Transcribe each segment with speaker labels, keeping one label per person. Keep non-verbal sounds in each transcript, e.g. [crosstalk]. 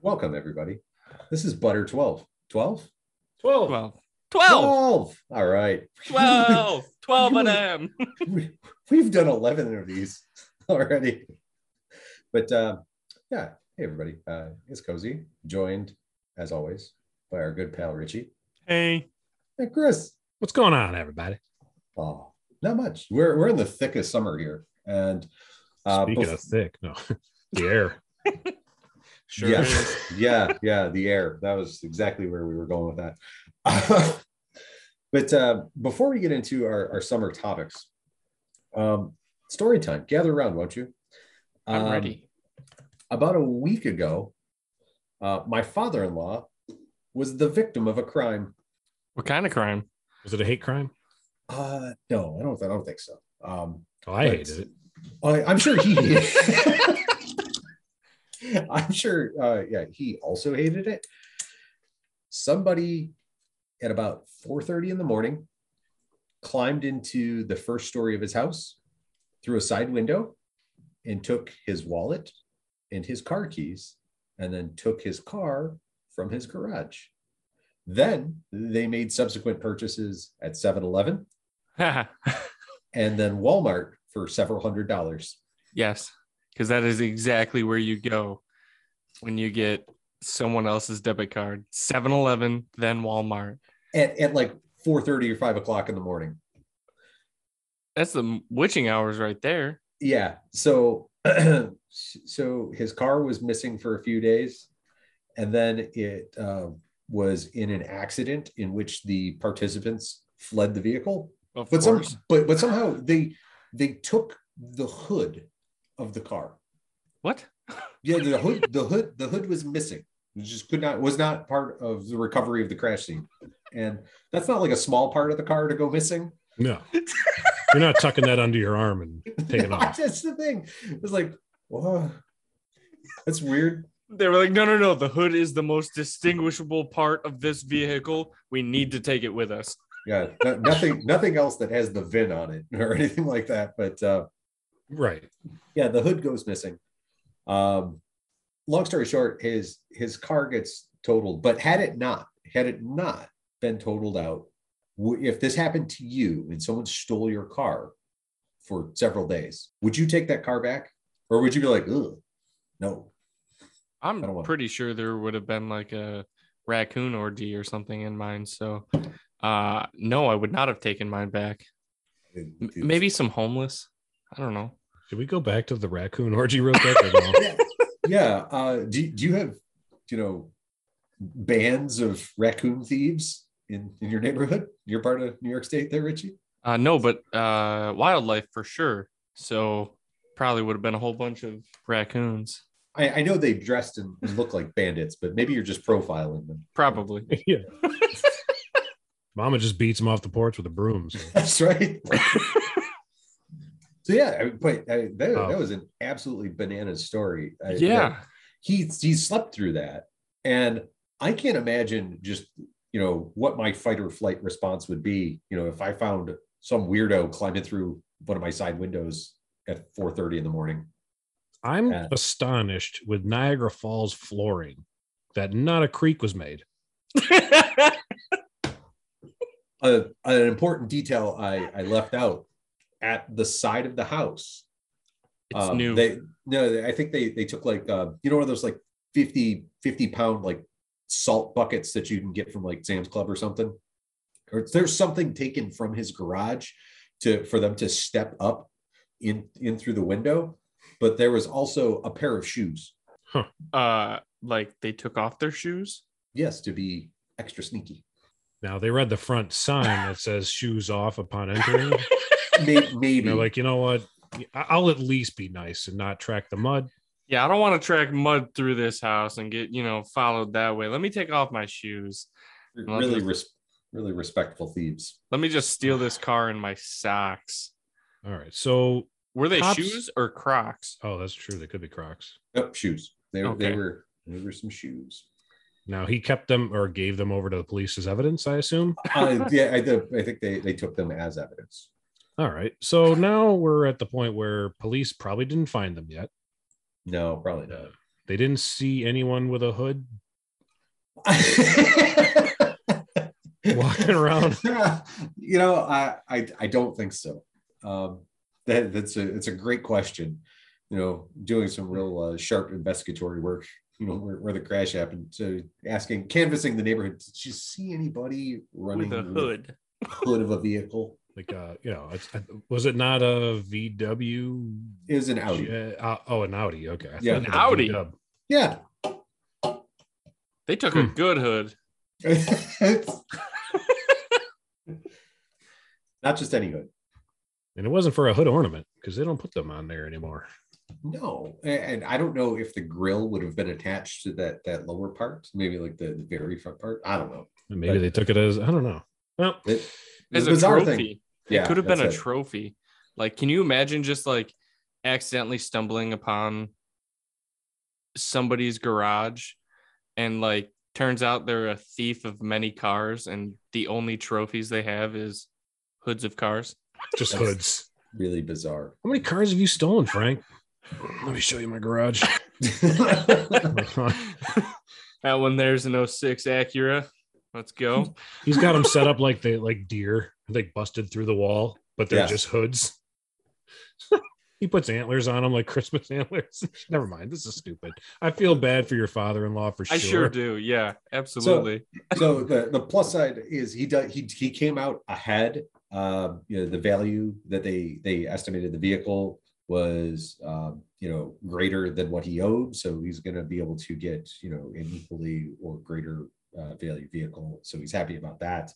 Speaker 1: welcome everybody. This is Butter 12. 12?
Speaker 2: 12.
Speaker 3: 12. 12.
Speaker 1: 12. All right.
Speaker 3: [laughs] 12. 12 of
Speaker 1: Really?
Speaker 3: them.
Speaker 1: we, we've done 11 of these [laughs] already. But uh, yeah, hey everybody, uh, it's Cozy, joined as always by our good pal Richie
Speaker 3: Hey.
Speaker 1: and Chris.
Speaker 2: What's going on, everybody?
Speaker 1: Oh, not much. We're, we're in the thick of summer here. And uh,
Speaker 2: Speaking
Speaker 1: bef-
Speaker 2: of thick, no, [laughs] the air.
Speaker 3: Sure
Speaker 1: Yeah.
Speaker 3: is.
Speaker 1: [laughs] yeah, yeah, the air. That was exactly where we were going with that. [laughs] but uh, before we get into our, our summer topics, um, story time. Gather around, won't you?
Speaker 3: I'm
Speaker 1: Um,
Speaker 3: ready.
Speaker 1: About a week ago, uh, my father-in-law was the victim of a crime.
Speaker 3: What kind of crime?
Speaker 2: Was it a hate crime?
Speaker 1: Uh, no, I don't. I don't think so. Um,
Speaker 2: Oh, I
Speaker 1: But-
Speaker 2: hated it.
Speaker 1: I, I'm sure he. I'm sure. Uh, yeah, he also hated it. Somebody at about 4:30 in the morning climbed into the first story of his house through a side window and took his wallet and his car keys and then took his car from his garage. Then they made subsequent purchases at 7-Eleven and then Walmart for several hundred dollars.
Speaker 3: [laughs] yes. Because that is exactly where you go when you get someone else's debit card 7 Eleven, then Walmart.
Speaker 1: at, at like 4.30 or 5 o'clock in the morning
Speaker 3: That's the witching hours right there.
Speaker 1: yeah so [clears throat] so his car was missing for a few days and then it uh, was in an accident in which the participants fled the vehicle
Speaker 3: Of
Speaker 1: but some
Speaker 3: course.
Speaker 1: but, but somehow they they took the hood of the car
Speaker 3: what?
Speaker 1: yeah the hood the hood the hood was missing it just could not was not part of the recovery of the crash scene and that's not like a small part of the car to go missing
Speaker 2: No, you're not tucking that under your arm and
Speaker 1: [laughs]
Speaker 2: taking it off.
Speaker 1: That's the thing. It's like, whoa, that's weird.
Speaker 3: They were like, no, no, no. The hood is the most distinguishable part of this vehicle. We need to take it with us.
Speaker 1: Yeah, no- nothing, nothing else that has the VIN on it or anything like that. But uh,
Speaker 2: Right.
Speaker 1: yeah, the hood goes missing. Um, long story short, his his car gets totaled. But had it not, had it not been totaled out, w- if this happened to you and someone stole your car for several days, would you take that car back, or would you be like, Ugh, no, I don't
Speaker 3: I'm
Speaker 1: want-
Speaker 3: pretty sure there would have been like a raccoon orgy or something in mine. So, uh, no, I would not have taken mine back. M- Maybe some homeless. I don't know.
Speaker 2: Should we go back to the raccoon orgy real quick? Or no?
Speaker 1: [laughs]
Speaker 2: [laughs]
Speaker 1: yeah. Uh, do, do you have, you know, bands of raccoon thieves in, in your neighborhood? You're part of New York State there, Richie?
Speaker 3: Uh, no, but uh, wildlife for sure. So, probably would have been a whole bunch of raccoons.
Speaker 1: I, I know they dressed and and look like bandits, but maybe you're just profiling them. [laughs]
Speaker 3: Probably.
Speaker 2: yeah. Mama just beats him off the porch with a broom. so-
Speaker 1: That's right. so yeah, I mean, but I, that,
Speaker 2: Wow.
Speaker 1: that was an absolutely banana story. I-
Speaker 3: yeah.
Speaker 1: [laughs] he he slept through that and i can't imagine just you know what my fight or flight response would be you know if i found some weirdo climbing through one of my side windows at 4.30 in the morning
Speaker 2: I'm
Speaker 1: Uh,
Speaker 2: astonished with Niagara Falls flooring that not a creek was made.
Speaker 1: uh, an important detail I, I left out at the side of the house
Speaker 3: it's
Speaker 1: um,
Speaker 3: new.
Speaker 1: they no i think they they took like uh, you know one of those like 50 50 pound like salt buckets that you can get from like sam's club or something or there's something taken from his garage to for them to step up in in through the window but there was also a pair of shoes
Speaker 3: uh, like they took off their shoes.
Speaker 1: yes to be extra sneaky
Speaker 2: Now they read the front sign that says shoes off upon entering.
Speaker 3: [laughs]
Speaker 1: maybe,
Speaker 2: And
Speaker 1: maybe.
Speaker 2: they're like, you know what? I- I'll at least be nice and not track the mud.
Speaker 3: Yeah, I don't want to track mud through this house and get, you know, followed that way. Let me take off my shoes.
Speaker 1: really res- really respectful thieves
Speaker 3: Let me just steal this car and my socks.
Speaker 2: All right. So,
Speaker 3: Were they
Speaker 2: Cops-
Speaker 3: shoes or Crocs?
Speaker 2: oh, that's true. They could be Crocs.
Speaker 1: oh, shoes they,
Speaker 3: Okay.
Speaker 1: they were they were some shoes
Speaker 2: Now he kept them or gave them over to the police as evidence, I assume.
Speaker 1: uh, yeah I, I think they they took them as evidence
Speaker 2: All right. So now we're at the point where police probably didn't find them yet.
Speaker 1: no probably not
Speaker 2: They didn't see anyone with a hood [laughs] walking around.
Speaker 1: [laughs] you know, I, I I don't think so. Um, that that's a it's a great question. You know, doing some real uh, sharp investigatory work. You know, where, where the crash happened. So asking, canvassing the neighborhood. Did you see anybody running
Speaker 3: with a hood.
Speaker 1: with hood of a vehicle?
Speaker 2: Like, uh, you know, it's, was it not a VW?
Speaker 1: It was an Audi.
Speaker 2: Uh, oh, an Audi. Okay. I
Speaker 1: Yeah. An
Speaker 2: thought it was a
Speaker 3: Audi.
Speaker 2: VW.
Speaker 1: Yeah. [laughs]
Speaker 3: They took a
Speaker 2: Hmm.
Speaker 3: good hood.
Speaker 1: It's- [laughs] Not just any hood.
Speaker 2: And it wasn't for a hood ornament because they don't put them on there anymore.
Speaker 1: No, a- and I don't know if the grill would have been attached to that that lower part, maybe like the, the very front part. I don't know.
Speaker 2: And maybe they took it as I don't know. Well,
Speaker 1: It,
Speaker 3: As
Speaker 1: it's
Speaker 3: a
Speaker 1: bizarre
Speaker 3: trophy.
Speaker 1: thing. Yeah,
Speaker 3: it could have been a
Speaker 1: that's it.
Speaker 3: trophy. Like, can you imagine just like accidentally stumbling upon somebody's garage and like turns out they're a thief of many cars and the only trophies they have is hoods of cars?
Speaker 2: just
Speaker 1: That's-
Speaker 2: hoods.
Speaker 1: really
Speaker 3: [laughs]
Speaker 1: bizarre.
Speaker 2: How many cars have you stolen, Frank? Let me show you my garage. [laughs]
Speaker 3: that one there's an 06 Acura. Let's
Speaker 1: [laughs]
Speaker 3: go.
Speaker 2: He's got them set up like they like deer. They busted through the wall, but they're
Speaker 1: Yes.
Speaker 2: just hoods. [laughs] he puts antlers on them like Christmas [laughs] antlers. Never mind. This is stupid. I feel bad for your father-in-law for sure.
Speaker 3: I sure do. Yeah, absolutely.
Speaker 1: so the, the plus side is he does he he came out ahead. Uh, you know, the value that they they estimated the vehicle was um, you know greater than what he owed, so he's going to be able to get you know an equally or greater uh, value vehicle. So he's happy about that.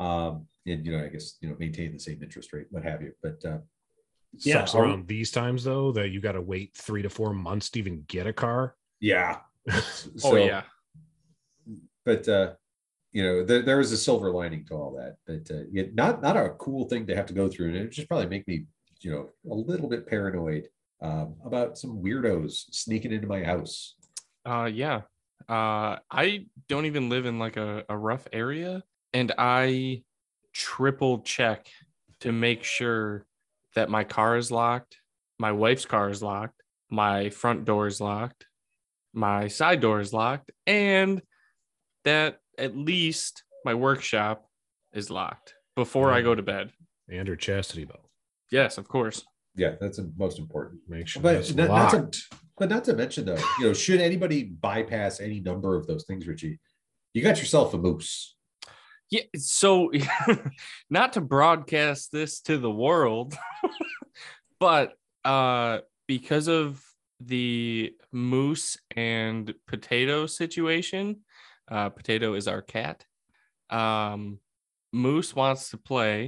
Speaker 1: Um, and you know, I guess you know maintain the same interest rate, what have you. But uh,
Speaker 2: Yeah,
Speaker 1: so-
Speaker 3: um,
Speaker 2: around these times though, that you got to wait three to four months to even get a car.
Speaker 1: yeah.
Speaker 3: [laughs] oh,
Speaker 1: So-
Speaker 3: yeah.
Speaker 1: but uh you know there, there is a silver lining to all that but uh, yet not not a cool thing to have to go through and it would just probably make me you know a little bit paranoid um, about some weirdos sneaking into my house
Speaker 3: Uh, yeah. Uh, I don't even live in like a, a rough area, and I triple check to make sure that my car is locked, my wife's car is locked, my front door is locked, my side door is locked, and that at least my workshop is locked before I go to bed.
Speaker 2: And her chastity belt.
Speaker 3: Yes, of course.
Speaker 1: yeah that's the most important
Speaker 2: Make sure
Speaker 1: But
Speaker 2: that's
Speaker 1: not- not
Speaker 2: locked.
Speaker 1: to- but not to mention though you know should anybody bypass any number of those things richie you got yourself a moose
Speaker 3: Yeah, so [laughs] not to broadcast this to the world, [laughs] but uh because of the moose and potato situation, uh potato is our cat. Um moose wants to play,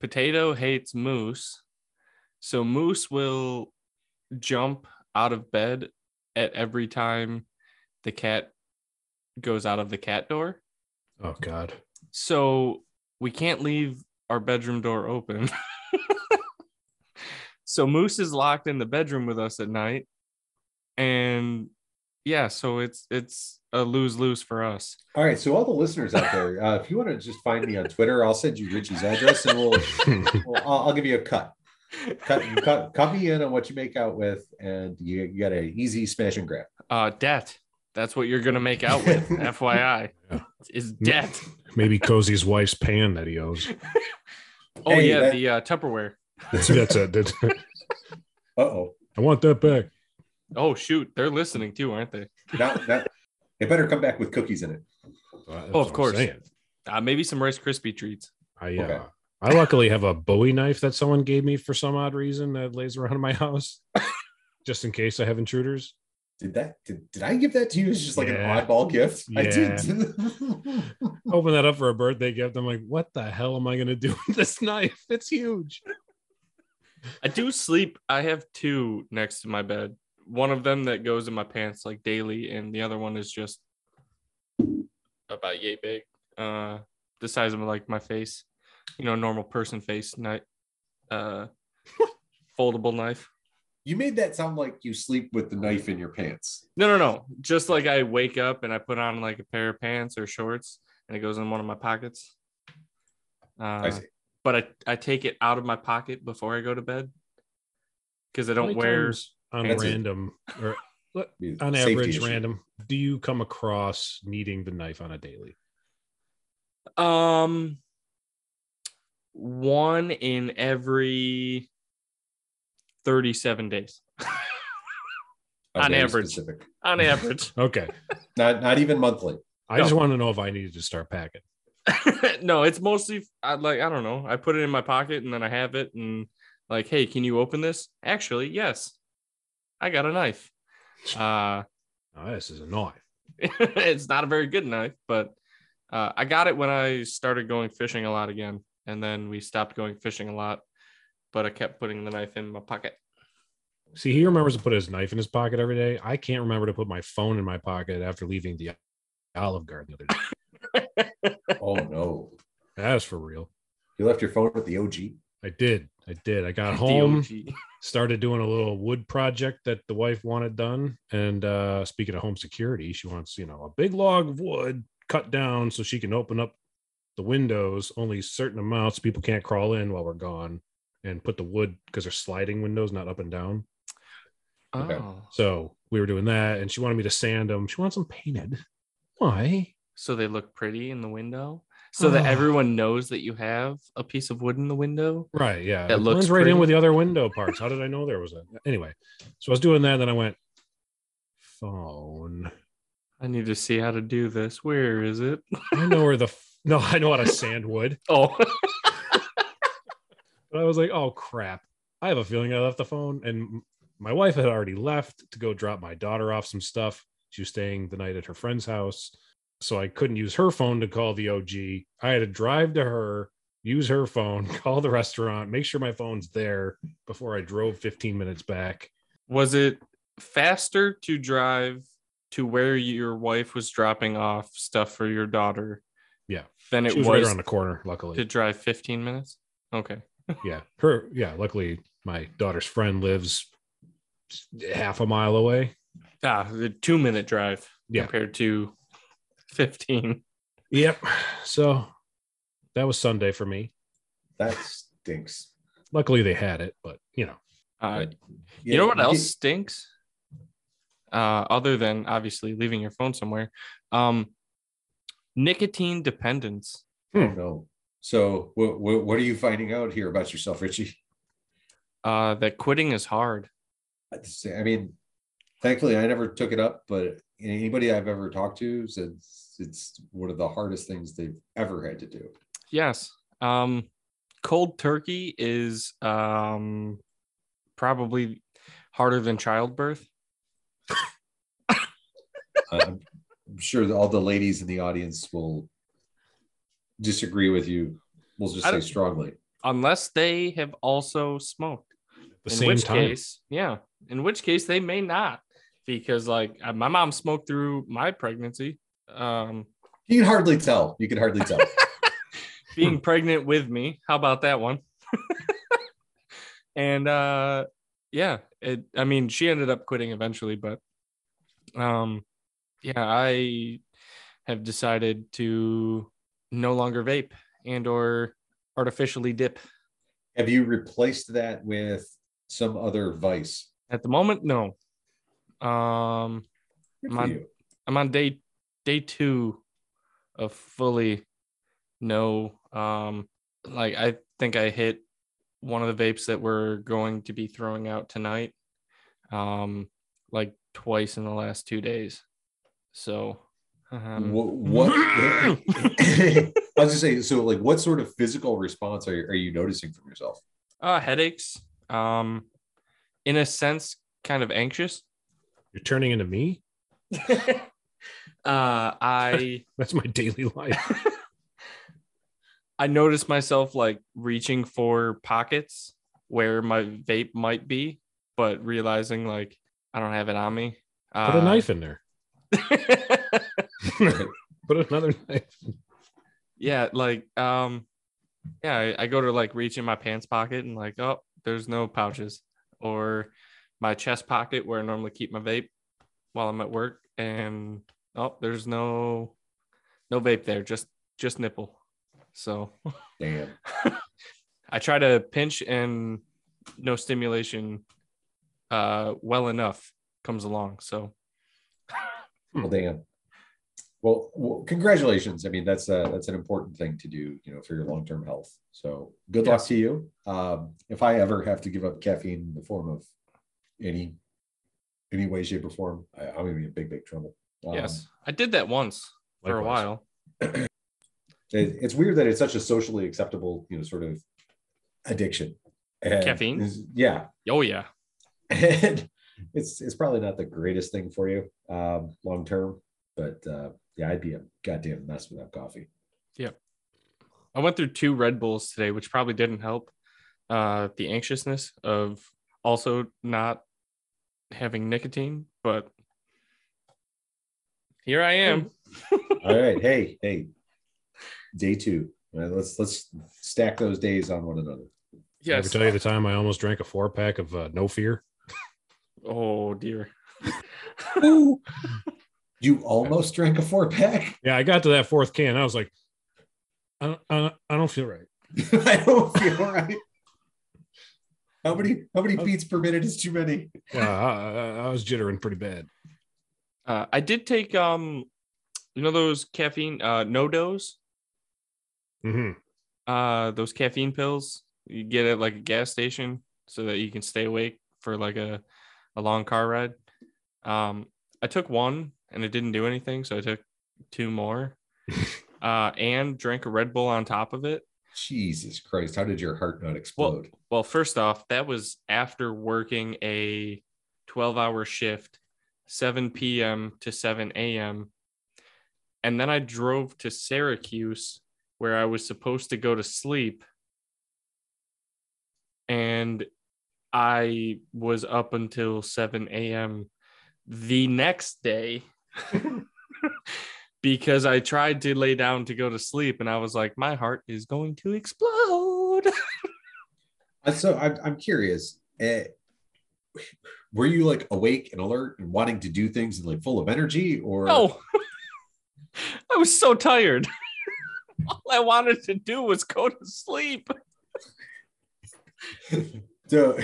Speaker 3: potato hates moose. So moose will jump out of bed at every time the cat goes out of the cat door.
Speaker 2: oh God.
Speaker 3: So we can't leave our bedroom door open. [laughs] so Moose is locked in the bedroom with us at night. And yeah, so it's it's a lose lose for us.
Speaker 1: all right so all the listeners out there uh, if you want to just find me on twitter i'll send you richie's address and we'll well, I'll, I'll give you a cut.
Speaker 2: [laughs]
Speaker 1: Cut, you cut, cut me in on what you make out with, and you, you got an easy smash and grab.
Speaker 3: Uh debt. That's what you're gonna make
Speaker 1: [laughs]
Speaker 3: out with, FYI.
Speaker 2: Yeah.
Speaker 3: Is debt.
Speaker 2: [laughs] Maybe Cozy's wife's pan that he [laughs] owes.
Speaker 3: Oh
Speaker 1: Hey,
Speaker 3: yeah,
Speaker 1: that-
Speaker 3: the uh, Tupperware.
Speaker 2: That's it. That's,
Speaker 1: Uh oh,
Speaker 2: I want that back.
Speaker 3: Oh shoot, they're listening too, aren't they?
Speaker 1: now that it better come back with cookies in it.
Speaker 3: Oh, of course. Uh, maybe some Rice Krispie treats.
Speaker 2: I uh,
Speaker 1: Okay.
Speaker 2: I luckily have a Bowie knife that someone gave me for some odd reason that lays around my [laughs] house, just in case I have intruders.
Speaker 1: Did that? Did, did I give that to you as just like
Speaker 2: Yeah.
Speaker 1: an oddball gift? I
Speaker 2: Yeah.
Speaker 1: did.
Speaker 2: Open that up for a birthday gift. I'm like, what the hell am I gonna do with this [laughs] knife? It's huge.
Speaker 3: I do sleep. I have two next to my bed. One of them that goes in my pants like daily, and the other one is just about yay big, uh, the size of like my face, you know, normal person face, night,
Speaker 2: [laughs]
Speaker 3: uh, foldable knife.
Speaker 1: [laughs] you made that sound like you sleep with the knife in your pants.
Speaker 3: No, no, no. Just like I wake up and I put on like a pair of pants or shorts, and it goes in one of my pockets.
Speaker 1: I
Speaker 3: Uh,
Speaker 1: see.
Speaker 3: but I I take it out of my pocket before I go to bed because I don't
Speaker 2: How many
Speaker 3: wear.
Speaker 2: times on
Speaker 1: That's it.
Speaker 2: random or Look,
Speaker 1: I mean,
Speaker 2: on
Speaker 1: safety
Speaker 2: average,
Speaker 1: issue.
Speaker 2: random, do you come across needing the knife on a daily?
Speaker 3: Um, one in every 37 days
Speaker 1: A
Speaker 3: on
Speaker 1: very
Speaker 3: average.
Speaker 1: specific.
Speaker 3: on average. [laughs]
Speaker 2: Okay.
Speaker 1: Not not even monthly.
Speaker 2: I
Speaker 3: No.
Speaker 2: just want to know if I needed to start packing.
Speaker 3: no, it's mostly I like I don't know. I put it in my pocket and then I have it and like, hey, can you open this? Actually, yes. I got a knife. Uh [laughs]
Speaker 2: Oh, this is a knife.
Speaker 3: it's not a very good knife, but uh, I got it when I started going fishing a lot again, and then we stopped going fishing a lot. But I kept putting the knife in my pocket.
Speaker 2: See, he remembers to put his knife in his pocket every day. I can't remember to put my phone in my pocket after leaving the Olive Garden the other day.
Speaker 1: Oh no.
Speaker 2: That's for real.
Speaker 1: You left your phone at the OG.
Speaker 2: I did. I did. I got home.
Speaker 3: DOG.
Speaker 2: started doing a little wood project that the wife wanted done. And uh, speaking of home security, she wants, you know, a big log of wood cut down so she can open up the windows only certain amounts. People can't crawl in while we're gone and put the wood because they're sliding windows, not up and down.
Speaker 1: Okay.
Speaker 3: Oh,
Speaker 2: So we were doing that. And she wanted me to sand them. She wants them painted. Why?
Speaker 3: so they look pretty in the window, so that
Speaker 2: Ah.
Speaker 3: everyone knows that you have a piece of wood in the window.
Speaker 2: Right. Yeah.
Speaker 3: That
Speaker 2: it
Speaker 3: looks
Speaker 2: blends right in
Speaker 3: pretty.
Speaker 2: with the
Speaker 3: [laughs]
Speaker 2: other window parts. How did I know there was a anyway? So I was doing that, and then I went phone.
Speaker 3: I need to see how to do this. Where is it? [laughs]
Speaker 2: I know where the f- no, I know how to sand wood.
Speaker 3: Oh, [laughs]
Speaker 2: But I was like, oh crap. I have a feeling I left the phone. And m- my wife had already left to go drop my daughter off some stuff. She was staying the night at her friend's house. So I couldn't use her phone to call the OG. I had to drive to her, use her phone, [laughs] call the restaurant, make sure my phone's there before I drove 15 minutes back.
Speaker 3: was it faster to drive to where your wife was dropping off stuff for your daughter?
Speaker 2: Yeah.
Speaker 3: Than it
Speaker 2: She was,
Speaker 3: was,
Speaker 2: right around the corner, luckily.
Speaker 3: to drive 15 minutes. Okay.
Speaker 2: yeah her yeah luckily my daughter's friend lives half a mile away
Speaker 3: Ah, the two minute drive
Speaker 2: Yeah.
Speaker 3: compared to [laughs] 15.
Speaker 2: yep so that was sunday for me
Speaker 1: That stinks.
Speaker 2: luckily they had it but you know
Speaker 3: Uh,
Speaker 1: Right.
Speaker 3: you know
Speaker 1: Yeah,
Speaker 3: what else stinks? Uh, other than obviously leaving your phone somewhere, um, nicotine dependence.
Speaker 1: Oh, no. So what, what what are you finding out here about yourself, Richie?
Speaker 3: Uh, that quitting is hard.
Speaker 1: I'd say- I mean, thankfully I never took it up, but anybody I've ever talked to said it's- it's one of the hardest things they've ever had to do. [laughs]
Speaker 3: Yes. Um, cold turkey is um, probably harder than childbirth.
Speaker 1: I'm I'm sure that all the ladies in the audience will disagree with you. We'll just
Speaker 3: I
Speaker 1: say
Speaker 3: don't-
Speaker 1: strongly.
Speaker 3: unless they have also smoked.
Speaker 2: the
Speaker 3: in
Speaker 2: same
Speaker 3: which
Speaker 2: time
Speaker 3: case, yeah. In which case, they may not, because like uh, my mom smoked through my pregnancy. Um,
Speaker 1: You can hardly tell. You can hardly
Speaker 3: [laughs]
Speaker 1: tell.
Speaker 3: being pregnant with me, how about that one? [laughs] and uh, yeah, it. I mean, she ended up quitting eventually, but um, yeah, I have decided to no longer vape and or artificially dip
Speaker 1: Have you replaced that with some other vice?
Speaker 3: at the moment. No. Um,
Speaker 1: Good for
Speaker 3: Mine-
Speaker 1: you.
Speaker 3: I'm on day day two of fully no. Um, like I think I hit one of the vapes that we're going to be throwing out tonight. Um, like twice in the last two days. So, um,
Speaker 1: Wha-
Speaker 3: [laughs]
Speaker 1: what? [laughs] I was just saying. So, like, what sort of physical response are you, are you noticing from yourself?
Speaker 3: uh, headaches. Um, in a sense, kind of anxious.
Speaker 2: you're turning into me
Speaker 3: uh, I.
Speaker 2: that's my daily life
Speaker 3: I noticed myself like reaching for pockets where my vape might be, but realizing like I don't have it on me. Uh,
Speaker 2: put a knife in there [laughs] put another knife
Speaker 3: [laughs] yeah, like um, yeah, I, I go to like reach in my pants pocket and like, oh, there's no pouches, or my chest pocket where I normally keep my vape while I'm at work, and oh, there's no no vape there, just just nipple. So
Speaker 1: Damn.
Speaker 3: I try to pinch and no stimulation uh, well enough comes along. So Hmm.
Speaker 1: Well, damn. Well, well, congratulations. I mean, that's a, that's an important thing to do, you know, for your long term health. So good luck to you. Um, if I ever have to give up caffeine in the form of any any way, shape, or form, I, I'm gonna be in big, big trouble. Um,
Speaker 3: yes, I did that once for a
Speaker 2: Likewise.
Speaker 3: while.
Speaker 1: it- it's weird that it's such a socially acceptable, you know, sort of addiction. And
Speaker 3: Caffeine?
Speaker 1: is- Yeah,
Speaker 3: Oh yeah,
Speaker 1: [laughs] and it's it's probably not the greatest thing for you um, long term, but uh, yeah, I'd be a goddamn mess without coffee.
Speaker 3: I went through two Red Bulls today, which probably didn't help. Uh, the anxiousness of also not having nicotine, but here I am.
Speaker 1: All right, hey, hey, day two. All right, let's let's stack those days on one another.
Speaker 2: Did I ever
Speaker 3: Yes.
Speaker 2: tell you the time I almost drank a four pack of uh, No Fear?
Speaker 3: Oh dear.
Speaker 1: You almost drank a four pack. [laughs]
Speaker 2: Yeah, I got to that fourth can. I was like, I don't, I don't, I don't feel right.
Speaker 1: I don't feel right. How many how many beats per minute is too many?
Speaker 2: Yeah, I, I- I was jittering pretty bad.
Speaker 3: Uh, I did take um, you know those caffeine uh, no dose
Speaker 2: hmm
Speaker 3: uh those caffeine pills you get at like a gas station so that you can stay awake for like a, a long car ride um i took one and it didn't do anything so i took two more uh and drank a red bull on top of it
Speaker 1: Jesus Christ! How did your heart not explode?
Speaker 3: well first off that was after working a 12 hour shift 7 p.m to 7 a.m and then i drove to syracuse where i was supposed to go to sleep and i was up until 7 a.m the next day because i tried to lay down to go to sleep and i was like my heart is going to explode
Speaker 1: Uh, So I'm, I'm curious. eh, were you like awake and alert and wanting to do things and like full of energy, or
Speaker 3: No. [laughs] I was so tired. [laughs] All I wanted to do was go to sleep.
Speaker 1: So-
Speaker 2: So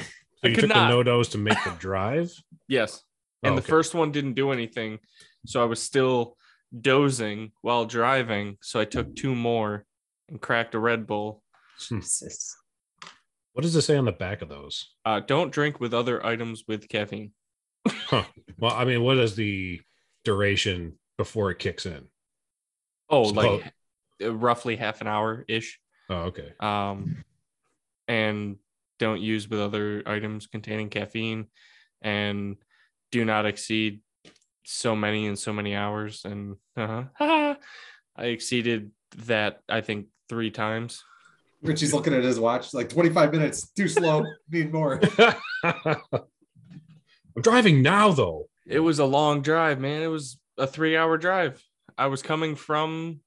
Speaker 3: I
Speaker 2: you
Speaker 3: could
Speaker 2: took
Speaker 3: not.
Speaker 2: the no dose to make the
Speaker 3: [laughs]
Speaker 2: drive. Oh,
Speaker 3: Yes. And the
Speaker 2: Okay.
Speaker 3: first one didn't do anything. So I was still dozing while driving. So I took two more and cracked a Red Bull.
Speaker 2: Hmm. What does it say on the back of those?
Speaker 3: Uh, don't drink with other items with caffeine.
Speaker 2: Well, I mean, what is the duration before it kicks in?
Speaker 3: Oh,
Speaker 2: So-
Speaker 3: like uh, roughly half an hour ish.
Speaker 2: Oh, okay. [laughs]
Speaker 3: um, and don't use with other items containing caffeine and do not exceed so many and so many hours and uh-huh. [laughs] Ah, i exceeded that i think three times
Speaker 1: Richie's looking at his watch, like 25 minutes, too slow, need [laughs] more.
Speaker 2: I'm driving now, though.
Speaker 3: it was a long drive man it was a three hour drive i was coming from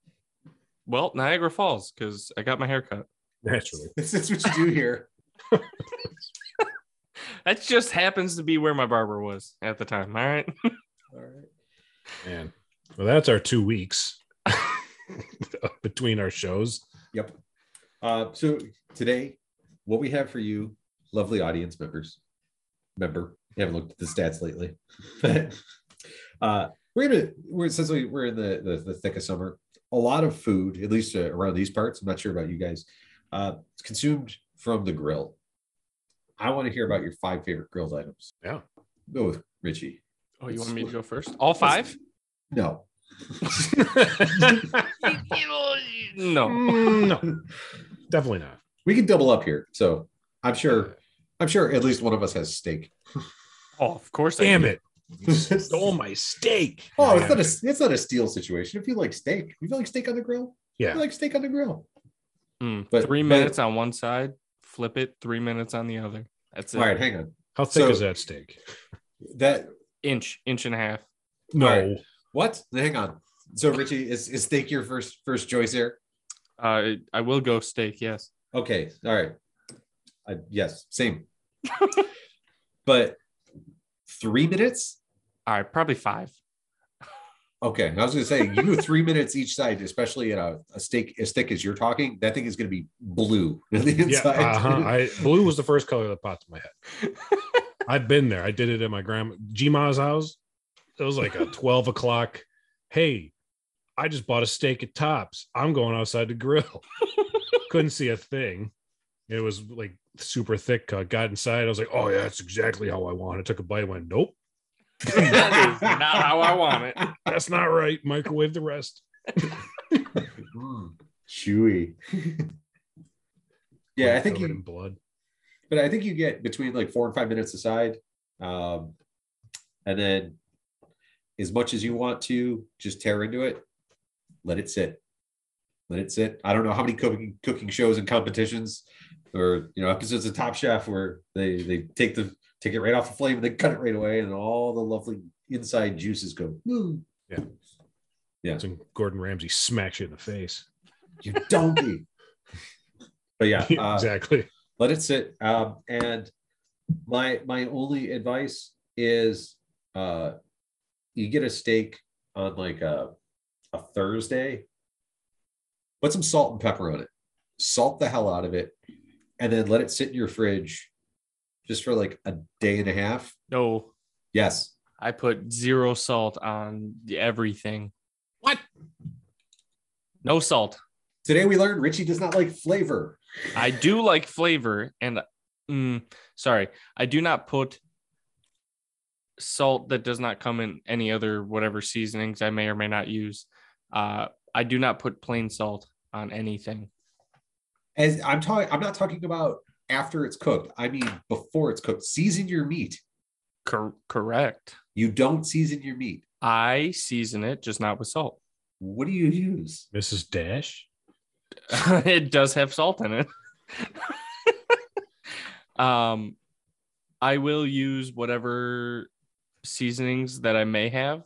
Speaker 3: well niagara falls because i got my hair cut
Speaker 2: Naturally.
Speaker 1: This is what you do here.
Speaker 3: that just happens to be where my barber was at the time all right
Speaker 1: All right.
Speaker 2: Man. Well, that's our two weeks [laughs] between our shows. [laughs]
Speaker 1: Yep. Uh, so today, what we have for you, lovely audience members, member, you haven't looked at the stats lately, [laughs] but uh, we're gonna we're since we, we're in the, the the thick of summer, a lot of food, at least uh, around these parts. I'm not sure about you guys. Uh, it's consumed from the grill. I want to hear about your five favorite grilled items.
Speaker 2: Yeah.
Speaker 1: Go with Richie.
Speaker 3: oh you want me to go first all five
Speaker 1: No.
Speaker 3: no
Speaker 1: Hmm.
Speaker 2: Mm, no, definitely not.
Speaker 1: We can double up here. So I'm sure I'm sure at least one of us has steak.
Speaker 3: Oh, of course. I
Speaker 2: Damn
Speaker 3: do.
Speaker 2: it.
Speaker 1: [laughs]
Speaker 2: You stole my steak.
Speaker 1: Oh, it's not a it's not a steal situation. If you like steak, if you like steak on the grill,
Speaker 2: Yeah.
Speaker 1: you like steak on the grill.
Speaker 3: Mm,
Speaker 1: But-
Speaker 3: three
Speaker 1: but-
Speaker 3: minutes on one side, flip it. Three minutes on the other. That's it.
Speaker 1: All right, hang on.
Speaker 2: How thick
Speaker 1: So-
Speaker 2: is that steak?
Speaker 1: That
Speaker 3: Inch, inch and a half.
Speaker 2: No.
Speaker 1: right. what? Hang on. So Richie, is, is steak your first first choice here?
Speaker 3: Uh, I will go steak. Yes.
Speaker 1: Okay. All right. I, yes, [laughs] same. but three minutes?
Speaker 3: All right, probably five.
Speaker 1: Okay. I was gonna say you do three minutes each side, especially in a, a steak as thick as you're talking, that thing is gonna be blue [laughs] on the
Speaker 2: Yeah.
Speaker 1: inside. [laughs]
Speaker 2: Uh-huh. I, blue was the first color that popped in my head. I've been there. I did it at my grandma Gma's house. It
Speaker 1: [laughs]
Speaker 2: was like a 12 o'clock. Hey, I just bought a steak at Tops. I'm going outside
Speaker 1: [laughs]
Speaker 2: to grill. Couldn't see a thing. It was like super thick cut. Got inside. I was like, oh yeah, that's exactly how I want it. Took a bite, went, nope,
Speaker 3: [laughs] that is not how I want it.
Speaker 2: that's not right. Microwave the rest.
Speaker 1: Mm, chewy. [laughs] yeah, I think
Speaker 2: Covered
Speaker 1: you
Speaker 2: in blood.
Speaker 1: but I think you get between like four and five minutes aside. Um, and then as much as you want to just tear into it, let it sit. Let it sit. I don't know how many cooking cooking shows and competitions or you know episodes of Top Chef where they they take the take it right off the flame and they cut it right away and all the lovely inside juices go, "Ooh, Yeah.
Speaker 2: That's when Gordon Ramsay smacks you in the face.
Speaker 1: you [laughs] donkey. but yeah, uh,
Speaker 2: [laughs] exactly.
Speaker 1: let it sit. Um, and my my only advice is uh, you get a steak on like a, a Thursday, put some salt and pepper on it, salt the hell out of it, and then let it sit in your fridge just for like a day and a half.
Speaker 3: No,
Speaker 1: Yes.
Speaker 3: I put zero salt on the- everything. What? No salt.
Speaker 1: Today we learned Richie does not like flavor.
Speaker 3: I do like flavor, and mm, sorry, I do not put salt that does not come in any other whatever seasonings I may or may not use. Uh, I do not put plain salt on anything.
Speaker 1: As I'm talking, I'm not talking about after it's cooked. I mean before it's cooked. Season your meat.
Speaker 3: Cor- correct.
Speaker 1: You don't season your meat.
Speaker 3: I season it, just not with salt.
Speaker 1: What do you use?
Speaker 2: Mrs. Dash.
Speaker 3: [laughs] it does have salt in it. [laughs] um, I will use whatever seasonings that I may have.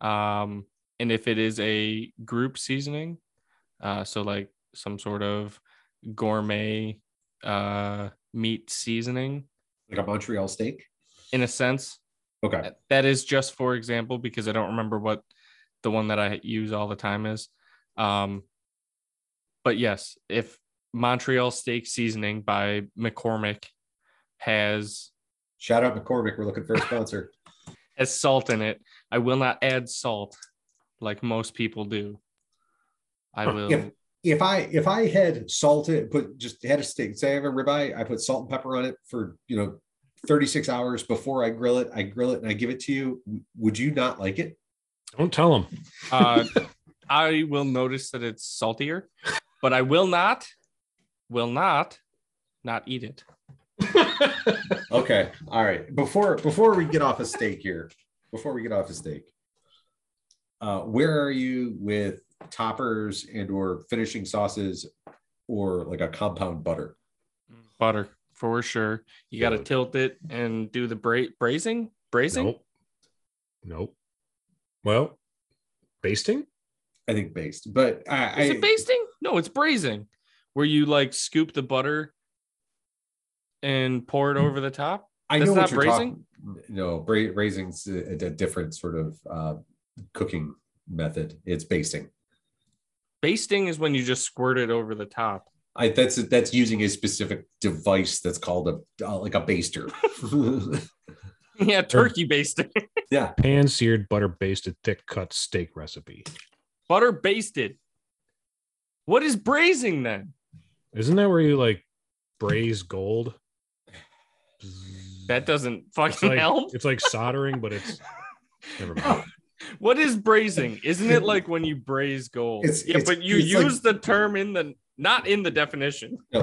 Speaker 3: Um, and if it is a group seasoning, uh, so like some sort of gourmet uh, meat seasoning,
Speaker 1: Like a Montreal steak?
Speaker 3: in a sense,
Speaker 1: Okay.
Speaker 3: That- that is just for example because i don't remember what the one that i use all the time is um but yes if montreal steak seasoning by mccormick has
Speaker 1: Shout out McCormick. We're looking for a sponsor. [laughs]
Speaker 3: has salt in it i will not add salt like most people do i
Speaker 2: Huh.
Speaker 3: will
Speaker 1: If if I if I had salted put just had a steak, say I have a ribeye, I put salt and pepper on it for you know 36 hours before I grill it. I grill it and I give it to you. Would you not like it?
Speaker 2: Don't tell him.
Speaker 3: uh, i will notice that it's saltier but i will not will not not eat it
Speaker 1: Okay. All right. Before before we get off a steak here, before we get off a steak, uh, where are you with toppers and or finishing sauces or like a compound butter?
Speaker 3: Butter for sure. You got to
Speaker 2: Dude.
Speaker 3: tilt it and do the bra- braising. Braising.
Speaker 2: Nope. Nope. Well, basting?
Speaker 1: I think based, but I,
Speaker 3: Is
Speaker 1: I
Speaker 3: it basting? No, it's braising, where you like scoop the butter and pour
Speaker 1: Hmm.
Speaker 3: it over the top.
Speaker 1: I
Speaker 3: That's
Speaker 1: know
Speaker 3: not
Speaker 1: what you're talking. No, bra- raising's a, a different sort of uh, cooking method. It's basting.
Speaker 3: Basting is when you just squirt it over the top. [laughs]
Speaker 1: I that's that's using a specific device that's called a uh, like a baster.
Speaker 3: yeah, turkey basting. [laughs]
Speaker 1: yeah,
Speaker 2: Pan seared butter basted thick cut steak recipe.
Speaker 3: butter basted. What is braising then?
Speaker 2: Isn't that where you like braise gold?
Speaker 3: That doesn't
Speaker 2: it's
Speaker 3: fucking
Speaker 1: [laughs]
Speaker 2: like,
Speaker 3: help.
Speaker 2: It's like soldering, but it's never mind.
Speaker 3: [laughs] What is braising? Isn't it like when you braise gold?
Speaker 1: It's-
Speaker 3: yeah,
Speaker 1: it's-
Speaker 3: but you
Speaker 1: it's like-
Speaker 3: use the term in the not in the definition.
Speaker 1: No,
Speaker 2: [laughs]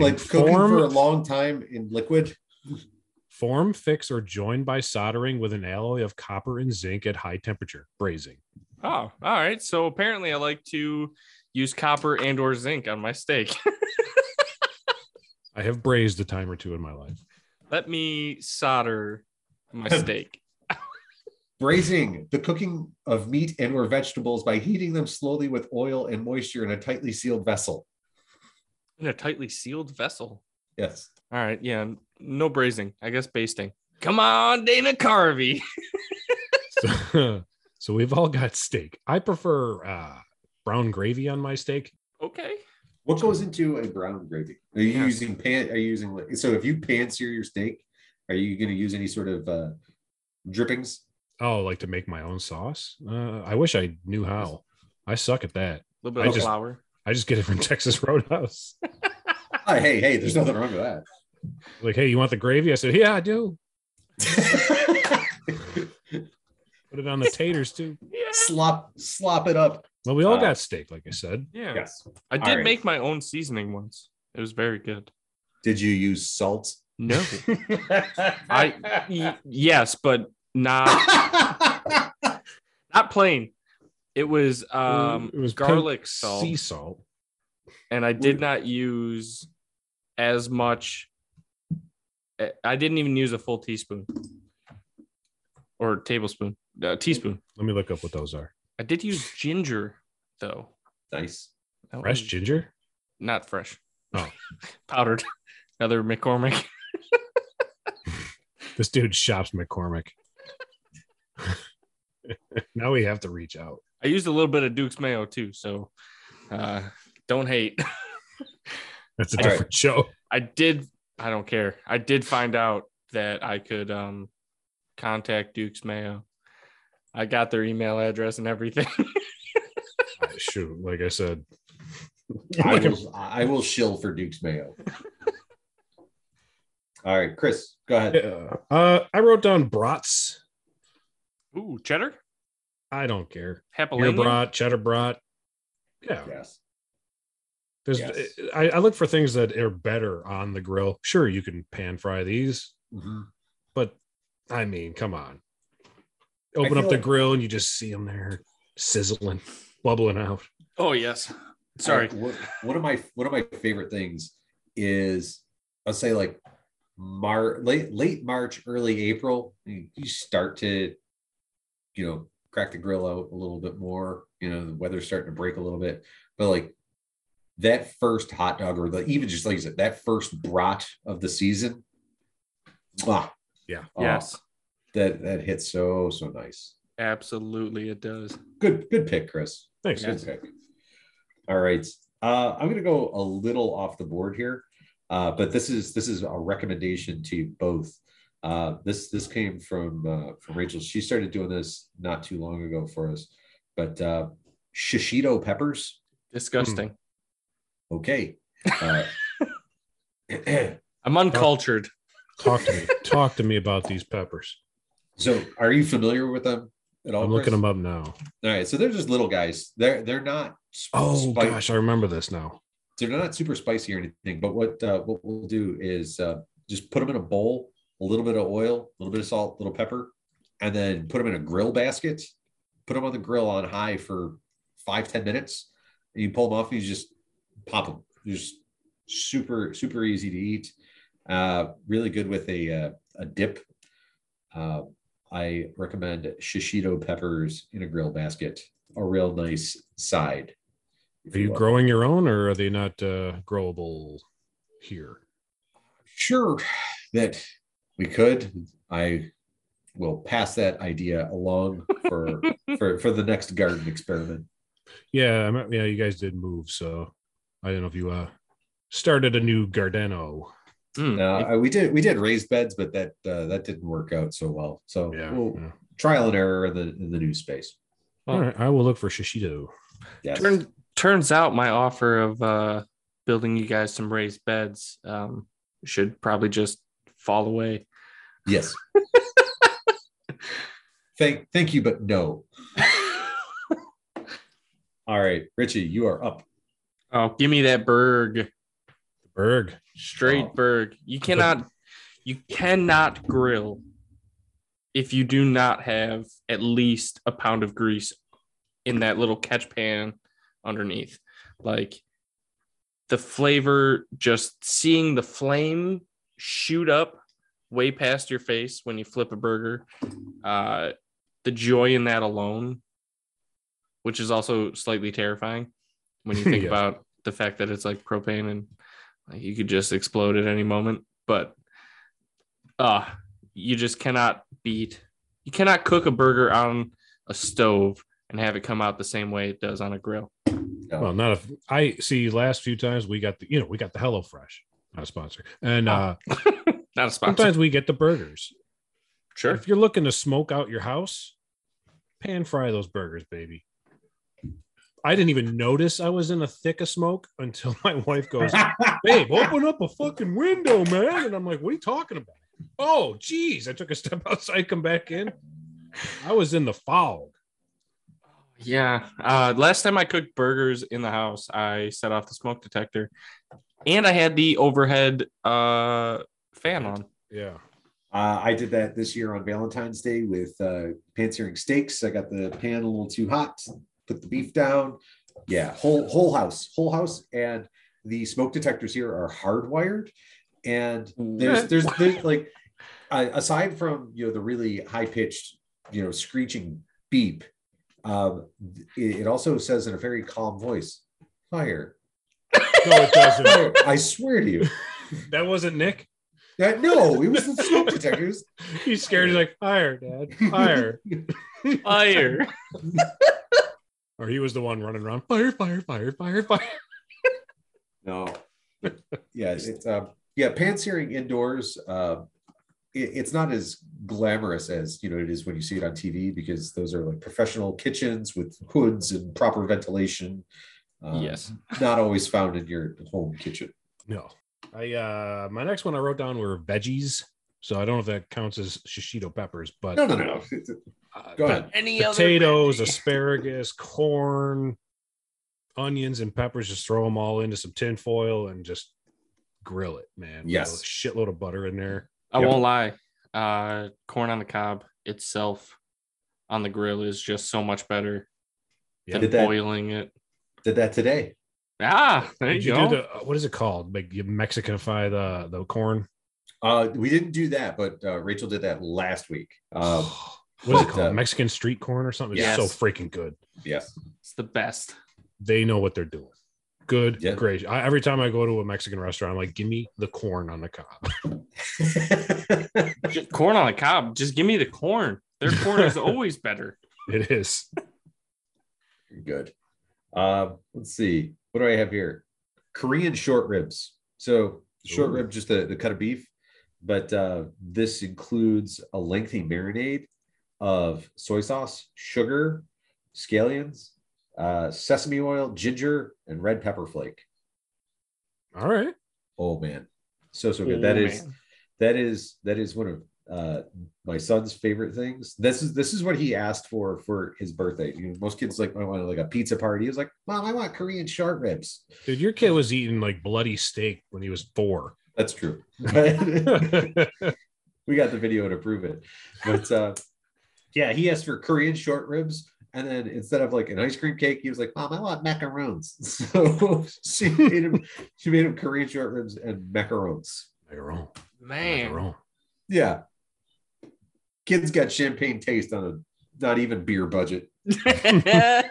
Speaker 1: Cooking, like cooking
Speaker 2: Form-
Speaker 1: for a long time in liquid.
Speaker 2: Form, fix, or join by soldering with an alloy of copper and zinc at high temperature. Braising.
Speaker 3: Oh, all right. So apparently, I like to use copper and or zinc on my steak. [laughs]
Speaker 2: I have braised a time or two in my life. [laughs]
Speaker 3: Let me solder my steak.
Speaker 1: Braising, the cooking of meat and or vegetables by heating them slowly with oil and moisture in a tightly sealed vessel.
Speaker 3: in a tightly sealed vessel.
Speaker 1: Yes.
Speaker 3: All right, yeah, no braising. I guess basting. Come on, Dana Carvey. [laughs]
Speaker 2: So, [laughs] so we've all got steak. I prefer uh, brown gravy on my steak.
Speaker 3: Okay.
Speaker 1: What goes into a brown gravy? Are you
Speaker 3: Yes.
Speaker 1: using pan? Are you using like so? If you pan sear your steak, Are you going to use any sort of uh, drippings?
Speaker 2: Oh, like to make my own sauce? Uh, I wish I knew how. I suck at that.
Speaker 3: A little
Speaker 2: I
Speaker 3: bit of
Speaker 2: just-
Speaker 3: flour.
Speaker 2: I just get it from [laughs] Texas Roadhouse.
Speaker 1: Oh, hey, hey, there's nothing wrong with that.
Speaker 2: Like, hey, you want the gravy? I said, yeah, I do. Put it on the taters too.
Speaker 3: Yeah.
Speaker 1: slop, slop it up.
Speaker 2: Well, we all
Speaker 1: Uh,
Speaker 2: got steak, like I said.
Speaker 3: Yeah.
Speaker 1: Yes.
Speaker 3: I did
Speaker 1: All right.
Speaker 3: make my own seasoning once. It was very good.
Speaker 1: Did you use salt?
Speaker 3: No.
Speaker 1: I.
Speaker 3: [laughs] Y- yes, but not not plain. It was um
Speaker 2: it was pink
Speaker 3: garlic salt,
Speaker 2: sea salt.
Speaker 3: and I did not use as much. I- I didn't even use a full teaspoon or tablespoon, uh, teaspoon.
Speaker 2: Let me look up what those are.
Speaker 3: I did use ginger though.
Speaker 1: [laughs] nice.
Speaker 3: That
Speaker 2: Fresh
Speaker 3: was-
Speaker 2: ginger.
Speaker 3: not fresh.
Speaker 2: Oh.
Speaker 3: [laughs] powdered. Another McCormick. [laughs]
Speaker 2: This dude shops McCormick. [laughs] now we have to reach out.
Speaker 3: I used a little bit of Duke's mayo too, so uh, don't hate. [laughs]
Speaker 2: That's a
Speaker 1: All right.
Speaker 2: different show. [laughs]
Speaker 3: I did. I don't care. I did find out that I could um, contact Duke's Mayo. I got their email address and everything. [laughs]
Speaker 2: Ah, Shoot, like I said, [laughs]
Speaker 1: I will, I will shill for Duke's Mayo. All right, Chris, go ahead.
Speaker 2: Yeah. Uh, I wrote down brats.
Speaker 3: Ooh, cheddar,
Speaker 2: I don't care. Beer
Speaker 3: Happalania.
Speaker 2: brat, cheddar brat. Yeah,
Speaker 1: Yes.
Speaker 2: there's.
Speaker 1: Yes.
Speaker 2: I, I look for things that are better on the grill. Sure, you can pan fry these,
Speaker 1: Mhm.
Speaker 2: but I mean, come on. Open
Speaker 1: feel
Speaker 2: up the
Speaker 1: like-
Speaker 2: grill and you just see them there sizzling, bubbling out.
Speaker 3: Oh yes. Sorry.
Speaker 1: I- What, one of my one of my favorite things is I'll say like Mar late late March, early April, you you start to, you know, crack the grill out a little bit more. You know, the weather's starting to break a little bit, but like that first hot dog or the, even just like you said, that first brat of the season. mwah,
Speaker 2: Yeah.
Speaker 1: Oh,
Speaker 3: yes,
Speaker 1: that that hits so so nice.
Speaker 3: absolutely, it does.
Speaker 1: Good good pick, Chris.
Speaker 2: Thanks.
Speaker 1: Good pick. All right. Uh, I'm going to go a little off the board here, uh, but this is this is a recommendation to you both. Uh, this this came from uh, from Rachel. She started doing this not too long ago for us, but uh, shishito peppers.
Speaker 3: Disgusting.
Speaker 1: Okay. Uh, [clears throat]
Speaker 3: I'm uncultured.
Speaker 2: Talk
Speaker 1: [laughs]
Speaker 2: to me. Talk to me about these peppers.
Speaker 1: so, are you familiar with them at all?
Speaker 2: I'm looking
Speaker 1: Chris?
Speaker 2: them up now.
Speaker 1: All right. So they're just little guys. They're they're not. sp-
Speaker 2: Oh
Speaker 1: spiked.
Speaker 2: gosh, I remember this now.
Speaker 1: they're not super spicy or anything. But what uh, what we'll do is uh, just put them in a bowl, a little bit of oil, a little bit of salt, a little pepper, and then put them in a grill basket. Put them on the grill on high for five ten minutes. And you pull them off and you just pop them. They're just super super easy to eat. Uh, really good with a uh, a dip. Uh, I recommend shishito peppers in a grill basket. A real nice side. if
Speaker 2: Are you
Speaker 1: will.
Speaker 2: growing your own, or are they not uh, growable here?
Speaker 1: sure that we could. I will pass that idea along for for for the next garden experiment.
Speaker 2: Yeah, I'm, yeah, you guys did move, so I don't know if you uh started a new Gardeno.
Speaker 3: Mm.
Speaker 1: Now, uh, we did we did raised beds, but that uh, that didn't work out so well. So
Speaker 2: Yeah,
Speaker 1: we'll-
Speaker 2: yeah.
Speaker 1: trial and error in the in the new space.
Speaker 2: All right, I will look for shishito.
Speaker 1: Yes.
Speaker 3: Turn, turns out my offer of uh, building you guys some raised beds um, should probably just fall away. [laughs]
Speaker 1: Yes. thank thank you, but no. All right, Richie, you are up.
Speaker 3: Oh, give me that berg,
Speaker 2: Berg.
Speaker 3: straight
Speaker 1: Oh.
Speaker 3: berg. You cannot, you cannot grill if you do not have at least a pound of grease in that little catch pan underneath. Like the flavor, just seeing the flame shoot up way past your face when you flip a burger. Uh, the joy in that alone, which is also slightly terrifying
Speaker 2: [laughs]
Speaker 3: when you think
Speaker 2: Yeah.
Speaker 3: about the fact that it's like propane and like you could just explode at any moment. But uh, you just cannot beat, you cannot cook a burger on a stove and have it come out the same way it does on a grill.
Speaker 1: No.
Speaker 2: Well, not if
Speaker 1: Ah,
Speaker 2: I see last few times we got the you know we got the Hello Fresh, not a sponsor, and uh
Speaker 3: Not a sponsor.
Speaker 2: Sometimes we get the burgers.
Speaker 3: sure.
Speaker 2: If you're looking to smoke out your house, pan fry those burgers, baby. I didn't even notice I was in a thick of smoke until my [laughs] wife goes, Babe, open up a fucking window, man. And I'm like, What are you talking about? Oh, geez. I took a step [laughs] outside, come back in. I was in the fog.
Speaker 3: Yeah. Uh, last time I cooked burgers in the house, I set off the smoke detector, and I had the overhead uh, fan on.
Speaker 2: Yeah.
Speaker 1: Uh, I did that this year on Valentine's Day with uh, pan searing steaks. I got the pan a little too hot, put the beef down. Yeah, whole whole house, whole house, and the smoke detectors here are hardwired. And there's
Speaker 3: [laughs]
Speaker 1: there's, there's like uh, aside from you know the really high pitched you know screeching beep, um, it, it also says in a very calm voice, fire. [laughs]
Speaker 2: No, it doesn't.
Speaker 1: fire. I swear to you,
Speaker 2: That wasn't Nick.
Speaker 1: that no, it was the smoke detectors.
Speaker 2: He's scared. He's like, Fire, Dad. Fire.
Speaker 1: [laughs]
Speaker 3: Fire.
Speaker 2: or he was the one running around. Fire, fire, fire, fire, fire.
Speaker 1: No. yeah, it's um, yeah, pan searing indoors. Uh, it, it's not as glamorous as you know it is when you see it on TV because those are like professional kitchens with hoods and proper ventilation.
Speaker 2: Uh,
Speaker 1: Um,
Speaker 3: yes.
Speaker 1: not always found in your home kitchen.
Speaker 2: No. I uh my next one I wrote down were veggies. So I don't know if that counts as shishito peppers, but
Speaker 1: No, no, no, [laughs] no.
Speaker 2: uh,
Speaker 1: Go
Speaker 2: but
Speaker 1: ahead.
Speaker 3: Any
Speaker 2: potatoes, asparagus, corn, onions, and peppers. Just throw them all into some tin foil and just grill it, man. With
Speaker 1: Yes.
Speaker 2: a shitload of butter in there.
Speaker 3: I
Speaker 1: Yeah.
Speaker 3: won't lie. Uh, corn on the cob itself on the grill is just so much better
Speaker 2: Yeah.
Speaker 3: than
Speaker 1: Did that-
Speaker 3: boiling it.
Speaker 1: Did that today.
Speaker 3: Ah, there
Speaker 2: Did
Speaker 3: you
Speaker 2: you
Speaker 3: go.
Speaker 2: do the uh, what is it called? Like you Mexicanify the the corn.
Speaker 1: Uh, we didn't do that, but uh, Rachel did that last week. Um,
Speaker 2: what is it
Speaker 1: but,
Speaker 2: called?
Speaker 1: uh,
Speaker 2: Mexican street corn or something?
Speaker 3: Yes.
Speaker 2: It's so freaking good.
Speaker 1: [sighs] [laughs] yes.
Speaker 3: it's the best.
Speaker 2: They know what they're doing. Good
Speaker 1: Yeah.
Speaker 2: gracious. I, every time I go to a Mexican restaurant, I'm like, give me the corn on the cob. [laughs]
Speaker 3: Just corn on the cob. Just give me the corn. Their corn
Speaker 2: [laughs]
Speaker 3: is always better.
Speaker 2: It is.
Speaker 1: Good. Um, let's see. What do I have here? Korean short ribs. So short
Speaker 2: Ooh.
Speaker 1: rib, just the, the cut of beef, but uh, this includes a lengthy marinade of soy sauce, sugar, scallions, uh, sesame oil, ginger, and red pepper flake.
Speaker 2: All right.
Speaker 1: Oh man, so so good. That
Speaker 3: Oh,
Speaker 1: is
Speaker 3: man.
Speaker 1: that is that is one of uh my son's favorite things this is this is what he asked for for his birthday you know, most kids like i want like a pizza party he's like mom i want korean short ribs
Speaker 2: Dude, your kid was eating like bloody steak when he was four. [laughs]
Speaker 1: that's true [laughs]
Speaker 2: That's
Speaker 1: we got the video to prove it but uh yeah he asked for korean short ribs and then instead of like an ice cream cake he was like mom i want macarons [laughs] so she made him she made him korean short ribs and macarons
Speaker 2: wrong.
Speaker 3: man.
Speaker 2: wrong.
Speaker 1: yeah kids got champagne taste on a not even beer budget
Speaker 3: [laughs]
Speaker 2: yeah.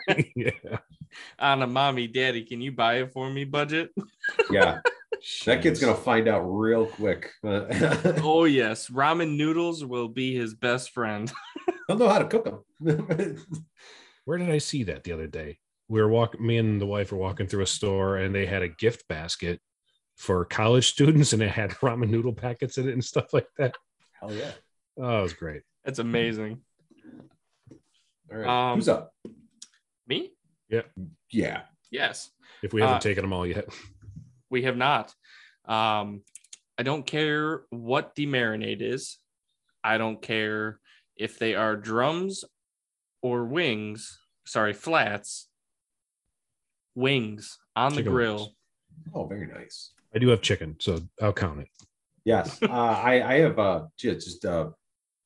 Speaker 3: on a mommy daddy can you buy it for me budget [laughs]
Speaker 1: yeah [laughs] that kid's
Speaker 2: Jeez.
Speaker 1: gonna find out real quick [laughs] Uh,
Speaker 3: oh yes ramen noodles will be his best friend [laughs]
Speaker 1: he'll know how to cook [laughs] them
Speaker 2: Where did I see that the other day? We were walking. Me and the wife were walking through a store, and they had a gift basket for college students, and it had [laughs] ramen noodle packets in it and stuff like that.
Speaker 1: hell yeah
Speaker 2: Oh, it was great.
Speaker 3: that's amazing
Speaker 1: all right
Speaker 3: Um,
Speaker 1: who's up
Speaker 3: me
Speaker 1: yeah
Speaker 3: yes
Speaker 2: If we haven't
Speaker 3: Uh,
Speaker 2: taken them all yet,
Speaker 3: we have not um i don't care what the marinade is i don't care if they are drums or wings sorry flats wings on the
Speaker 2: Chicken
Speaker 3: grill
Speaker 2: wings.
Speaker 1: oh very nice
Speaker 2: I do have chicken, so I'll count it.
Speaker 1: yes [laughs] uh, i i have uh ju- just uh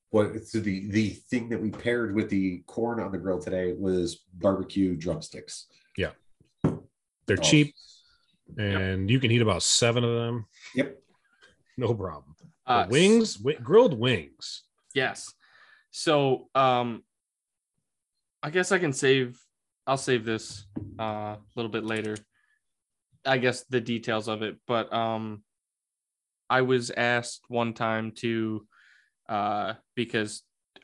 Speaker 1: what so the the thing that we paired with the corn on the grill today was barbecue drumsticks
Speaker 2: They're
Speaker 1: Oh,
Speaker 2: cheap, and you can eat about seven of them,
Speaker 1: yep
Speaker 2: no problem. The
Speaker 3: uh,
Speaker 2: wings, wi- grilled wings.
Speaker 3: Yes. So um I guess I can save I'll save this uh a little bit later. I guess the details of it, but um I was asked one time to uh because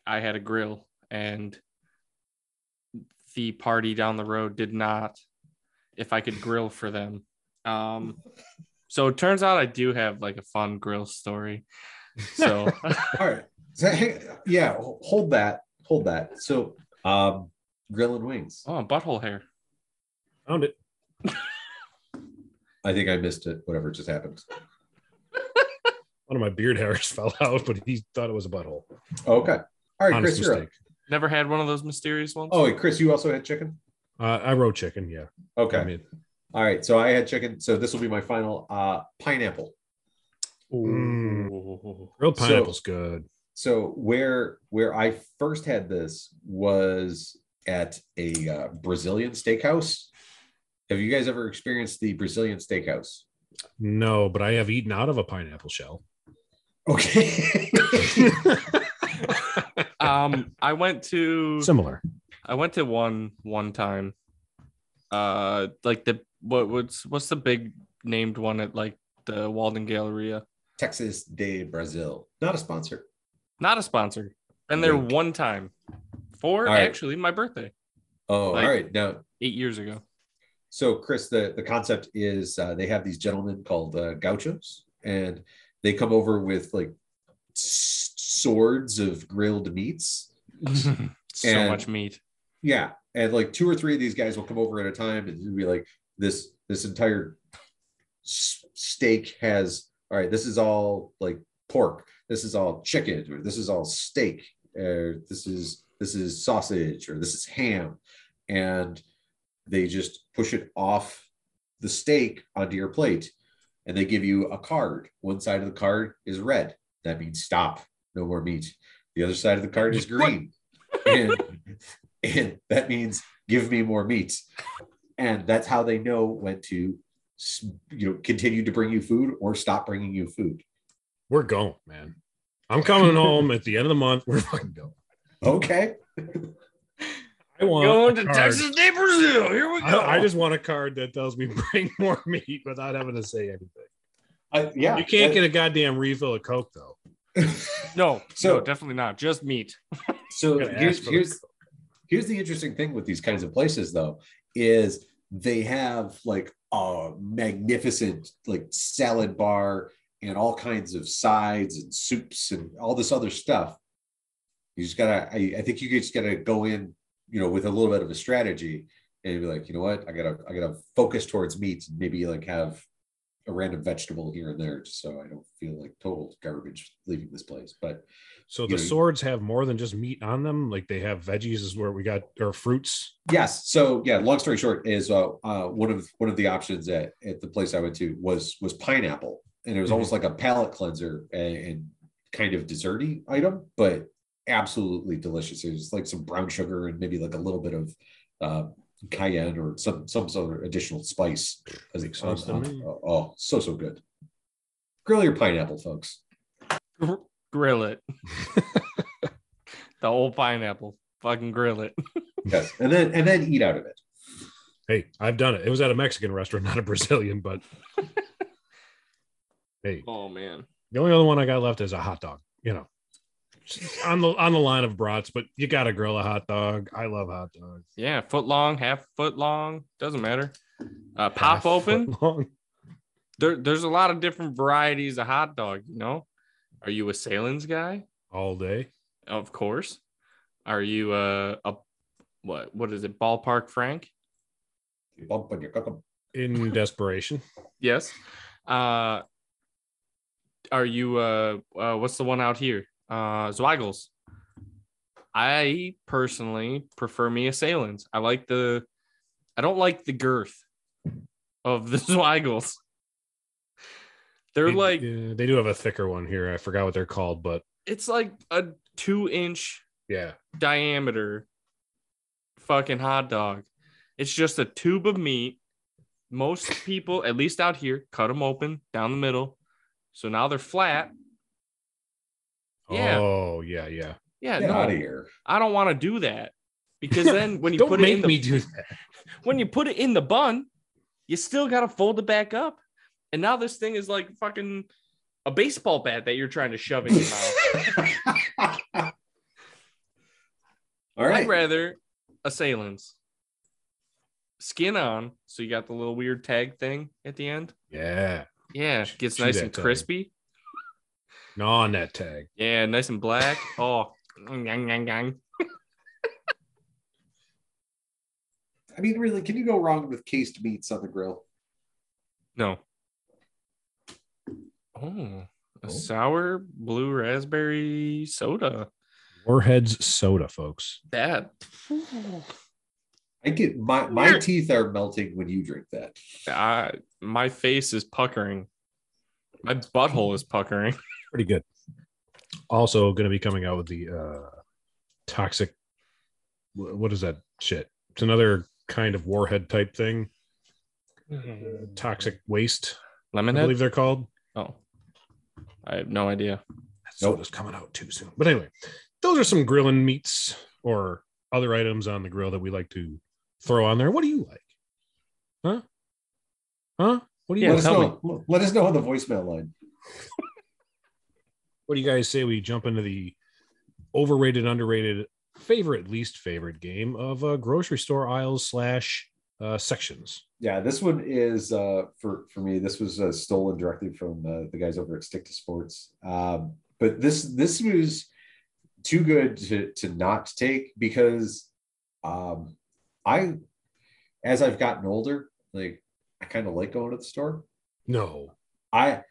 Speaker 3: I had a grill and the party down the road did not if I could grill for them. Um so it turns out I do have like a fun grill story. So
Speaker 1: Oh. All right. So, hey, yeah, hold that. Hold that. So, um, grill and wings.
Speaker 3: oh butthole hair.
Speaker 2: Found it.
Speaker 1: I think I missed it. Whatever just happened.
Speaker 2: One of my beard [laughs] hairs fell out, but he thought it was a butthole.
Speaker 1: Okay. All right,
Speaker 2: Honest
Speaker 1: Chris. You're up.
Speaker 2: mistake.
Speaker 3: Never had one of those mysterious ones.
Speaker 1: Oh, wait, Chris, you also had chicken.
Speaker 2: Uh, I wrote chicken. Yeah.
Speaker 1: Okay.
Speaker 2: I mean,
Speaker 1: All right. So I had chicken. So this will be my final. Uh, pineapple.
Speaker 3: Ooh.
Speaker 2: grilled
Speaker 1: So-
Speaker 2: pineapple's good.
Speaker 1: So where where I first had this was at a uh, Brazilian steakhouse. Have you guys ever experienced the Brazilian steakhouse?
Speaker 2: No, but I have eaten out of a
Speaker 3: [laughs]
Speaker 2: pineapple shell.
Speaker 1: Okay.
Speaker 3: Um, I went to
Speaker 2: Similar.
Speaker 3: I went to one one time. Uh, like the what what's what's the big named one at like the Walden Galleria?
Speaker 1: Texas de Brazil. Not a sponsor.
Speaker 3: Not a sponsor. Been there
Speaker 1: Wink. one
Speaker 3: one time for
Speaker 1: All right.
Speaker 3: actually my birthday
Speaker 1: Oh,
Speaker 3: Like-
Speaker 1: all right. Now,
Speaker 3: eight years
Speaker 2: [laughs]
Speaker 3: ago.
Speaker 1: so Chris, the, the concept is uh, they have these gentlemen called uh, gauchos, and they come over with like s- swords of grilled meats.
Speaker 3: so
Speaker 1: And-
Speaker 3: much meat.
Speaker 1: Yeah, and like two or three of these guys will come over at a time, and it'll be like this this entire s- steak has all right. This is all like pork. This is all chicken. Or this is all steak. Or this is this is sausage. Or this is ham, and they just push it off the steak onto your plate, and they give you a card. One side of the card is red. That means stop. No more meat. The other side of the card is green. And and that means give me more meat and that's how they know when to s- you know continue to bring you food or stop bringing you food
Speaker 2: We're going, man. I'm coming home at the end of the month. We're fucking going.
Speaker 1: okay
Speaker 2: I want
Speaker 3: Going
Speaker 2: a
Speaker 3: to
Speaker 2: card.
Speaker 3: Texas de Brazil. Here we go.
Speaker 2: I, I just want a card that tells me [laughs] bring more meat without having to say anything.
Speaker 1: I, yeah
Speaker 2: You can't get a goddamn refill of Coke though.
Speaker 1: [laughs]
Speaker 3: no,
Speaker 1: So-
Speaker 3: no, definitely not. Just meat.
Speaker 1: so
Speaker 2: You gotta ask
Speaker 1: here's
Speaker 2: for the
Speaker 1: here's
Speaker 2: Coke.
Speaker 1: here's the interesting thing with these kinds of places though is they have like a magnificent like salad bar and all kinds of sides and soups and all this other stuff you just gotta i, I think you just gotta go in you know with a little bit of a strategy and be like you know what i gotta i gotta focus towards meats and maybe like have a random vegetable here and there just so i don't feel like total garbage leaving this place but
Speaker 2: So
Speaker 1: you
Speaker 2: the
Speaker 1: know, you-
Speaker 2: swords have more than just meat on them. Like they have veggies is where we got or fruits.
Speaker 1: Yes. So yeah, long story short is uh, uh, one of one of the options at, at the place I went to was was pineapple, and it
Speaker 2: Mm-hmm.
Speaker 1: was almost like a palate cleanser and, and kind of desserty item, but absolutely delicious. It was like some brown sugar and maybe like a little bit of uh, cayenne or some some sort of additional spice. As
Speaker 2: Makes
Speaker 1: on-
Speaker 2: sense to
Speaker 1: on-
Speaker 2: me.
Speaker 1: oh, oh, so so good. Grill your pineapple, folks.
Speaker 3: Gr- grill it. [laughs] the old pineapple. Fucking grill it.
Speaker 1: Yes, and then and then eat out of it.
Speaker 2: Hey, I've done it. It was at a Mexican restaurant, [laughs] not a Brazilian, but hey,
Speaker 3: Oh man.
Speaker 2: the only other one I got left is a hot dog, you know. On the on the line of brats, but you gotta grill a hot dog. I love hot dogs.
Speaker 3: Yeah, foot long, half foot long, doesn't matter. Uh, pop
Speaker 2: Half foot
Speaker 3: open.
Speaker 2: long.
Speaker 3: There, there's a lot of different varieties of hot dog. You know, are you a Salins guy?
Speaker 2: all day.
Speaker 3: Of course. Are you uh, a what? What is it? Ballpark Frank?
Speaker 1: You bump when you cook 'em.
Speaker 3: [laughs]
Speaker 2: In desperation.
Speaker 3: Yes. Uh, are you uh, uh, what's the one out here? Uh, Zweigels. I personally prefer me a Salins. I like the, I don't like the girth of the [laughs] Zweigels. They're
Speaker 2: They-
Speaker 3: like
Speaker 2: yeah, they do have a thicker one here. I forgot what they're called, but
Speaker 3: it's like a two inch
Speaker 2: yeah,
Speaker 3: diameter fucking hot dog. It's just a tube of meat. Most people, at least out here, cut them open down the middle. So now they're flat. Yeah.
Speaker 2: Oh yeah, yeah.
Speaker 3: Yeah,
Speaker 1: Get
Speaker 3: no,
Speaker 1: out of here.
Speaker 3: I don't want to do that
Speaker 2: [laughs]
Speaker 3: because then when you
Speaker 2: Don't
Speaker 3: put it
Speaker 2: make
Speaker 3: in the
Speaker 2: me do that.
Speaker 3: when you put it in the bun, you still gotta fold it back up. And now this thing is like fucking a baseball bat that you're trying to shove in
Speaker 2: [laughs]
Speaker 3: your mouth.
Speaker 1: [laughs] All right.
Speaker 3: I'd rather assailants. Skin on, so you got the little weird tag thing at the end.
Speaker 2: Yeah.
Speaker 3: Yeah,
Speaker 2: Sh-
Speaker 3: gets
Speaker 2: chew
Speaker 3: nice
Speaker 2: that
Speaker 3: and
Speaker 2: tag.
Speaker 3: crispy.
Speaker 2: Gnaw on that tag.
Speaker 3: Yeah, nice and black. [laughs] oh, gang, gang, gang.
Speaker 1: I mean, really, can you go wrong with cased meats on the grill?
Speaker 3: No. Oh,
Speaker 1: Oh.
Speaker 3: a sour blue raspberry soda.
Speaker 2: Warheads soda, folks.
Speaker 3: That.
Speaker 1: I get my my teeth are melting when you drink that.
Speaker 3: I, my face is puckering. My butthole is puckering.
Speaker 2: Pretty good. Also, going to be coming out with the uh, toxic. wh- What is that shit? It's another kind of warhead type thing. Toxic waste, I
Speaker 3: Lemonhead?
Speaker 2: believe they're called.
Speaker 3: oh. I have no idea.
Speaker 2: That soda's coming out too soon. But anyway, those are some grilling meats or other items on the grill that we like to throw on there. What do you like? Huh? Huh? What do you
Speaker 3: Yeah,
Speaker 1: let, us
Speaker 3: tell
Speaker 1: know, let us know on the voicemail line.
Speaker 2: What do you guys say we jump into the overrated, underrated, favorite, least favorite game of uh, grocery store aisles slash uh, sections?
Speaker 1: Yeah, this one is uh, for for me. This was uh, stolen directly from uh, the guys over at Stick to Sports. Um, but this this was too good to to not take because um, I, as I've gotten older, like I kind of like going to the store. [laughs]
Speaker 2: No. [laughs]
Speaker 1: I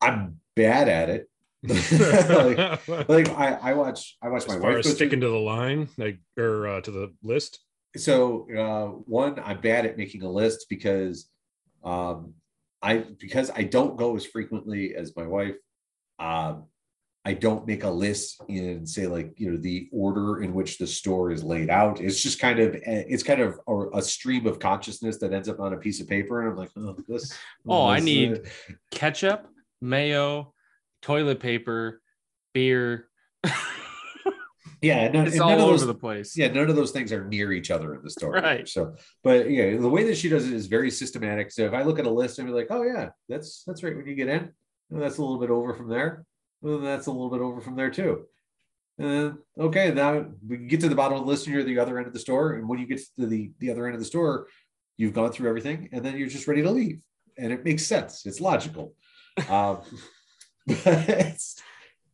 Speaker 1: I'm bad at it. like, like I I watch I watch
Speaker 2: as
Speaker 1: my
Speaker 2: far
Speaker 1: wife
Speaker 2: as
Speaker 1: go through-
Speaker 2: sticking to the line, like or uh, to the list.
Speaker 1: so uh, one i'm bad at making a list because um, i because i don't go as frequently as my wife um, i don't make a list in say like you know the order in which the store is laid out it's just kind of eh, it's kind of a, a stream of consciousness that ends up on a piece of paper and i'm like oh this
Speaker 3: Oh, I
Speaker 1: this, uh,
Speaker 3: need- Ketchup, mayo, toilet paper, beer. [laughs]
Speaker 1: yeah and none-
Speaker 3: it's
Speaker 1: and
Speaker 3: all
Speaker 1: none of
Speaker 3: over
Speaker 1: those-
Speaker 3: the place. [laughs]
Speaker 1: yeah none of those things are near each other in the store
Speaker 3: Right.
Speaker 1: so but yeah the way that she does it is very systematic so if i look at a list and be like oh yeah that's that's right when you get in and that's a little bit over from there and then that's a little bit over from there too and then, okay now we get to the bottom of the list and you're at the other end of the store and when you get to the the other end of the store you've gone through everything and then you're just ready to leave and it makes sense it's logical um [laughs] but it's,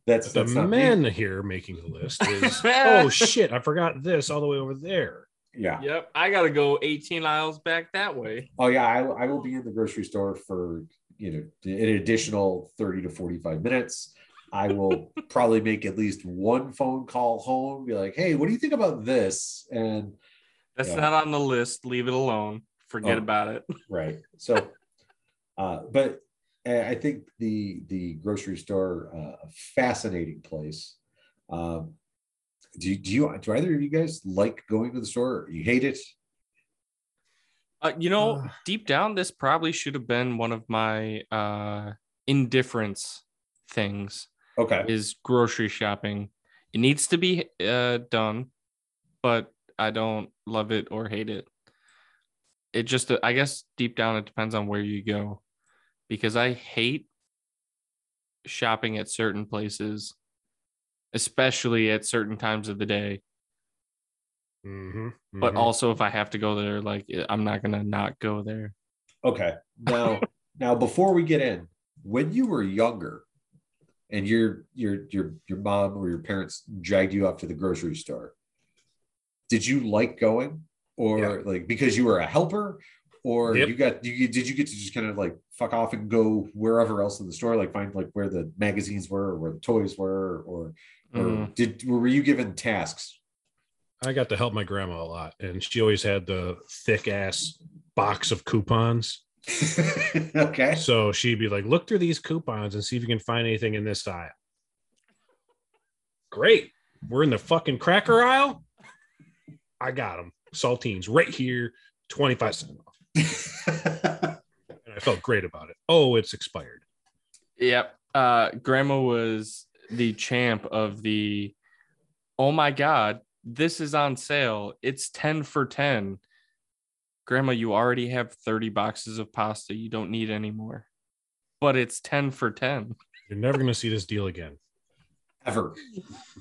Speaker 1: that's
Speaker 2: The
Speaker 1: that's not me.
Speaker 2: man here making the
Speaker 1: [laughs]
Speaker 2: list is oh shit, I forgot this all the way over there.
Speaker 1: yeah
Speaker 3: Yep. I got to go 18 aisles back that way.
Speaker 1: Oh yeah, I, I will be in the grocery store for you know an additional thirty to forty-five minutes. I will probably make at least one phone call home, be like, "Hey, what do you think about this?" And
Speaker 3: That's
Speaker 1: Yeah.
Speaker 3: not on the list. Leave it alone. Forget
Speaker 1: Oh.
Speaker 3: about it.
Speaker 1: right, so, uh, but uh, I think the the grocery store uh, a fascinating place. Um, do do you do either of you guys like going to the store? Or you hate it?
Speaker 3: Uh, you know,
Speaker 2: Ugh.
Speaker 3: deep down, this probably should have been one of my uh, indifference things.
Speaker 1: Okay,
Speaker 3: is grocery shopping. It needs to be uh, done, but I don't love it or hate it. It just, I guess, deep down, it depends on where you go, because I hate shopping at certain places, especially at certain times of the day.
Speaker 2: Mhm,
Speaker 3: But
Speaker 2: mhm.
Speaker 3: also, if I have to go there, like I'm not gonna not go there.
Speaker 1: Okay.
Speaker 2: [laughs]
Speaker 1: Now, now before we get in, when you were younger and your your your your mom or your parents dragged you up to the grocery store, did you like going or
Speaker 2: Yeah.
Speaker 1: like because you were a helper or
Speaker 2: Yep.
Speaker 1: you got you did you get to just kind of like fuck off and go wherever else in the store like find like where the magazines were or where the toys were or, or
Speaker 2: Mm-hmm.
Speaker 3: Mm.
Speaker 1: did were you given tasks? [laughs]
Speaker 2: I got to help my grandma a lot, and she always had the thick ass box of coupons.
Speaker 1: okay.
Speaker 2: [laughs] So she'd be like, look through these coupons and see if you can find anything in this aisle. Great. We're in the fucking cracker aisle. I got them. Saltines right here, 25 cents off. And I felt great about it. Oh, it's expired.
Speaker 3: Yep. Uh, grandma was the champ of the oh my god, this is on sale. It's 10 for 10. Grandma, you already have 30 boxes of pasta. You don't need any more. But it's 10 for 10
Speaker 2: You're never going to see this deal again.
Speaker 1: Ever.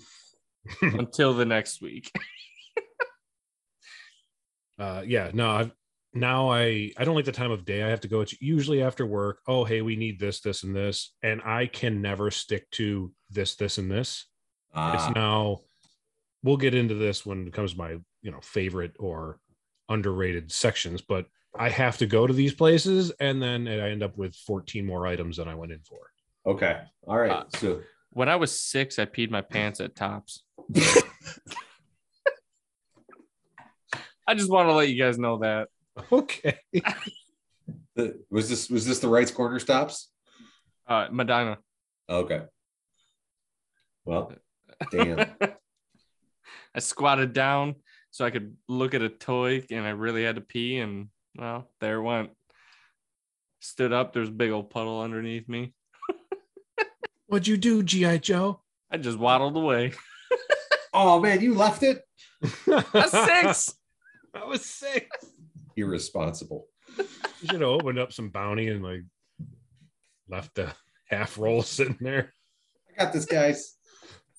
Speaker 3: [laughs] until the next week.
Speaker 2: Uh, yeah, no, I've, now I, I don't like the time of day I have to go. It's usually after work. Oh, hey, we need this, this, and this. And I can never stick to this, this, and this.
Speaker 1: Ah,
Speaker 2: It's now we'll get into this when it comes to my, you know, favorite or underrated sections, but I have to go to these places and then I end up with 14 more items than I went in for. [laughs]
Speaker 1: okay. All right.
Speaker 3: Uh,
Speaker 1: so
Speaker 3: When I was six, I peed my pants at Tops. I just want to let you guys know that.
Speaker 2: Okay.
Speaker 1: the, was this was this the rights corner stops?
Speaker 3: Uh, Medina.
Speaker 1: Okay. Well, damn.
Speaker 3: I squatted down so I could look at a toy, and I really had to pee, and well, there it went. Stood up. There's a big old puddle underneath me.
Speaker 2: What'd you do, G.I. [laughs] Joe?
Speaker 3: I just waddled away.
Speaker 1: oh man, you left it.
Speaker 3: That's
Speaker 2: [laughs]
Speaker 3: six.
Speaker 2: I was six.
Speaker 1: Irresponsible.
Speaker 2: You should have opened up some bounty and like left the half roll sitting [laughs] there.
Speaker 1: I got this, guys.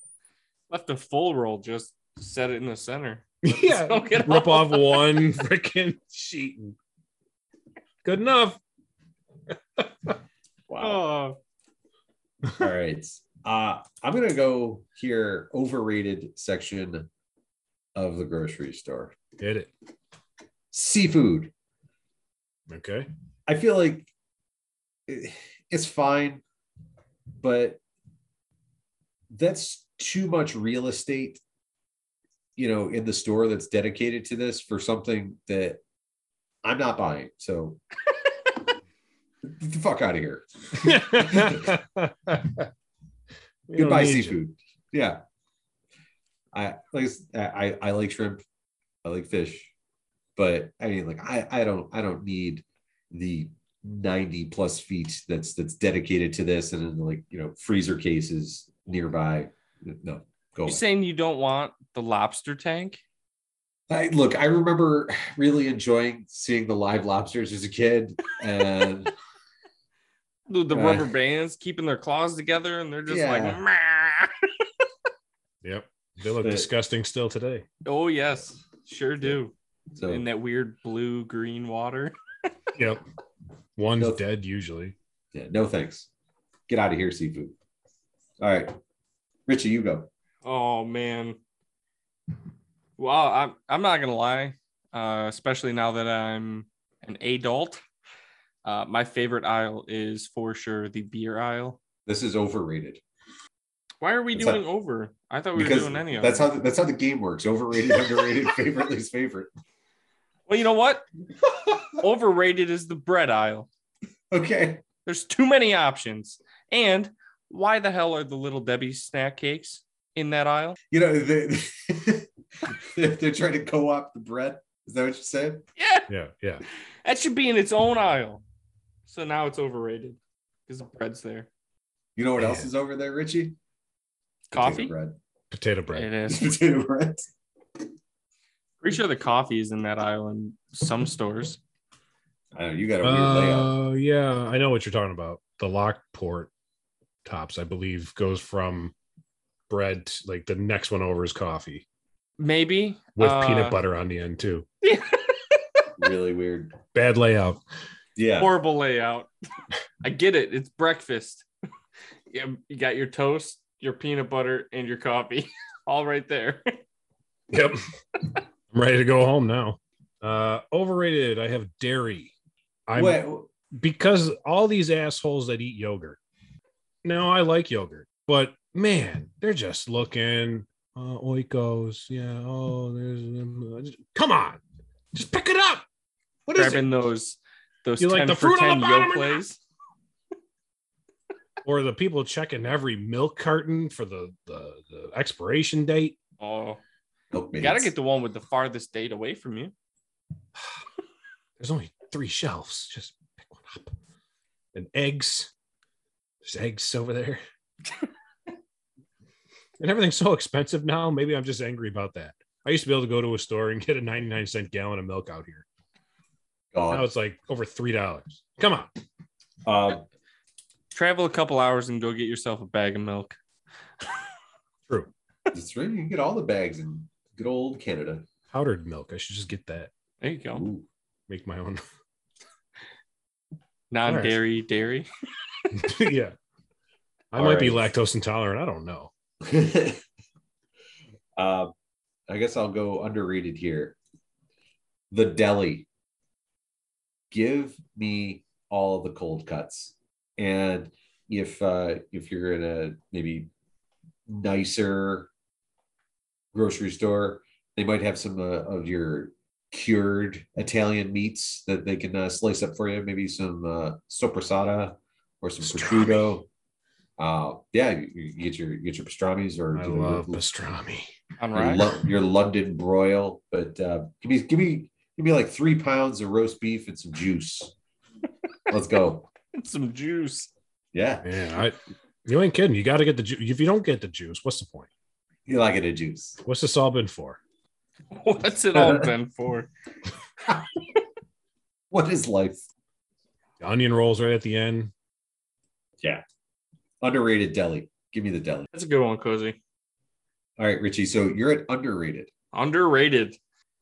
Speaker 3: [laughs] Left a full roll. Just set it in the center.
Speaker 2: [laughs]
Speaker 3: Don't get
Speaker 2: Rip off one [laughs] freaking sheet. and- Good enough.
Speaker 1: Wow.
Speaker 3: Oh,
Speaker 1: All right. Uh, I'm gonna go here. Overrated section of the grocery store.
Speaker 2: Hit it.
Speaker 1: Seafood.
Speaker 2: Okay.
Speaker 1: I feel like it- it's fine, but that's too much real estate, you know, in the store that's dedicated to this for something that I'm not buying. So [laughs] get the fuck out of here.
Speaker 2: We don't
Speaker 1: Goodbye,
Speaker 2: need you.
Speaker 1: seafood. Yeah. I like I s- I, I- I like shrimp. I like fish. But I mean, like I, I don't I don't need the 90 plus feet that's that's dedicated to this and then like you know freezer cases nearby. No, go
Speaker 3: you
Speaker 1: away.
Speaker 3: saying you don't want the lobster tank?
Speaker 1: I, look, I remember really enjoying seeing the live lobsters as a kid. And
Speaker 3: The, the
Speaker 1: Uh,
Speaker 3: rubber bands keeping their claws together, and they're just like,
Speaker 1: Yeah.
Speaker 3: "Meh."
Speaker 2: Yep. They look
Speaker 1: But-
Speaker 2: disgusting still today.
Speaker 3: oh yes, sure do.
Speaker 1: so
Speaker 3: In that weird blue green water.
Speaker 2: Yep. One's
Speaker 1: Nope.
Speaker 2: dead usually.
Speaker 1: yeah, no thanks. Get out of here, seafood. All right. Richie, you go.
Speaker 3: Oh man. Well, I'm I'm not gonna lie, uh, especially now that I'm an adult. Uh, my favorite aisle is for sure the beer aisle.
Speaker 1: This is overrated.
Speaker 3: Why are we
Speaker 1: That's
Speaker 3: doing over? I thought we were
Speaker 1: because
Speaker 3: doing any of
Speaker 1: that's how that's how the game works. Overrated,
Speaker 3: [laughs]
Speaker 1: underrated, favorite, least favorite.
Speaker 3: Well, you
Speaker 1: [laughs]
Speaker 3: know what? Overrated is the bread aisle.
Speaker 1: okay.
Speaker 3: There's too many options. And why the hell are the little Debbie snack cakes in that aisle?
Speaker 1: You know, they, they're, [laughs] they're trying to co-opt the bread. Is that what you said?
Speaker 3: Yeah,
Speaker 2: Yeah. Yeah.
Speaker 3: that should be in its own aisle. So now it's overrated because the bread's there.
Speaker 1: You know what else
Speaker 2: Man.
Speaker 1: is over there, Richie?
Speaker 3: Coffee.
Speaker 1: Potato
Speaker 2: Potato bread.
Speaker 3: It is.
Speaker 1: bread. [laughs] Potato bread.
Speaker 3: [laughs] Pretty sure the coffee is in that aisle in some stores.
Speaker 1: I know you got a weird layout.
Speaker 2: Oh yeah, I know what you're talking about. The Lockport tops, I believe, goes from bread. to- Like the next one over is coffee
Speaker 3: Maybe
Speaker 2: with
Speaker 3: uh,
Speaker 2: peanut butter on the end too.
Speaker 1: Really weird.
Speaker 2: Bad layout.
Speaker 1: Yeah.
Speaker 3: [laughs] Horrible layout. I get it. It's breakfast. [laughs] Yeah, you got your toast, your peanut butter, and your coffee, [laughs] all right there.
Speaker 2: Yep. [laughs] I'm ready to go home now. Uh, overrated. I have dairy. I'm
Speaker 1: Wait,
Speaker 2: because all these assholes that eat yogurt. Now I like yogurt, but man, they're just looking uh, oikos. Yeah. Oh, there's um, just- come on, just pick it up. What is it?
Speaker 3: Grabbing those those
Speaker 2: You like
Speaker 3: ten
Speaker 2: the
Speaker 3: for
Speaker 2: fruit
Speaker 3: ten
Speaker 2: on the bottom
Speaker 3: yo
Speaker 2: or not?
Speaker 3: plays.
Speaker 2: or the people checking every milk carton for the the, the expiration date.
Speaker 3: Oh,
Speaker 1: milkmaids.
Speaker 3: you gotta get the one with the farthest date away from you.
Speaker 2: There's only three shelves. Just pick one up. And eggs. There's eggs over there. and everything's so expensive now. Maybe I'm just angry about that. I used to be able to go to a store and get a 99 cent gallon of milk out here. Now
Speaker 1: God.
Speaker 2: it's like over three dollars. Come on.
Speaker 1: Um,
Speaker 3: Travel a couple hours and go get yourself a bag of milk.
Speaker 2: True.
Speaker 1: it's really you can get all the bags in good old Canada.
Speaker 2: Powdered milk. I should just get that.
Speaker 3: There you go.
Speaker 1: Ooh.
Speaker 2: Make my own. [laughs]
Speaker 3: Non dairy dairy.
Speaker 2: yeah. I
Speaker 1: All
Speaker 2: might be
Speaker 1: right.
Speaker 2: lactose intolerant. I don't know.
Speaker 1: [laughs] um, I guess I'll go underrated here. The deli. Give me all the cold cuts, and if uh, if you're in a maybe nicer grocery store, they might have some uh, of your cured Italian meats that they can uh, slice up for you. Maybe some uh, sopressata or some
Speaker 2: Pastrami.
Speaker 1: prosciutto. Uh, yeah, you, you get your you get your pastrami's or
Speaker 2: I
Speaker 1: you know, your-
Speaker 2: love pastrami.
Speaker 3: On
Speaker 1: your,
Speaker 3: right.
Speaker 1: Lo- your London broil. But uh, give me give me give me like three pounds of roast beef and some juice. Let's go.
Speaker 3: [laughs] Some juice. [laughs]
Speaker 1: Yeah,
Speaker 2: Yeah, I, you ain't kidding. You got to get the juice. If you don't get the juice, what's the point?
Speaker 1: you like it a juice.
Speaker 2: What's this all been for?
Speaker 3: What's it
Speaker 2: [laughs]
Speaker 3: all been for?
Speaker 1: What is life?
Speaker 2: Onion rolls right at the end.
Speaker 1: Underrated deli. Give me the deli.
Speaker 3: That's a good one, Cozy.
Speaker 1: All right, Richie. So you're at underrated.
Speaker 3: Underrated.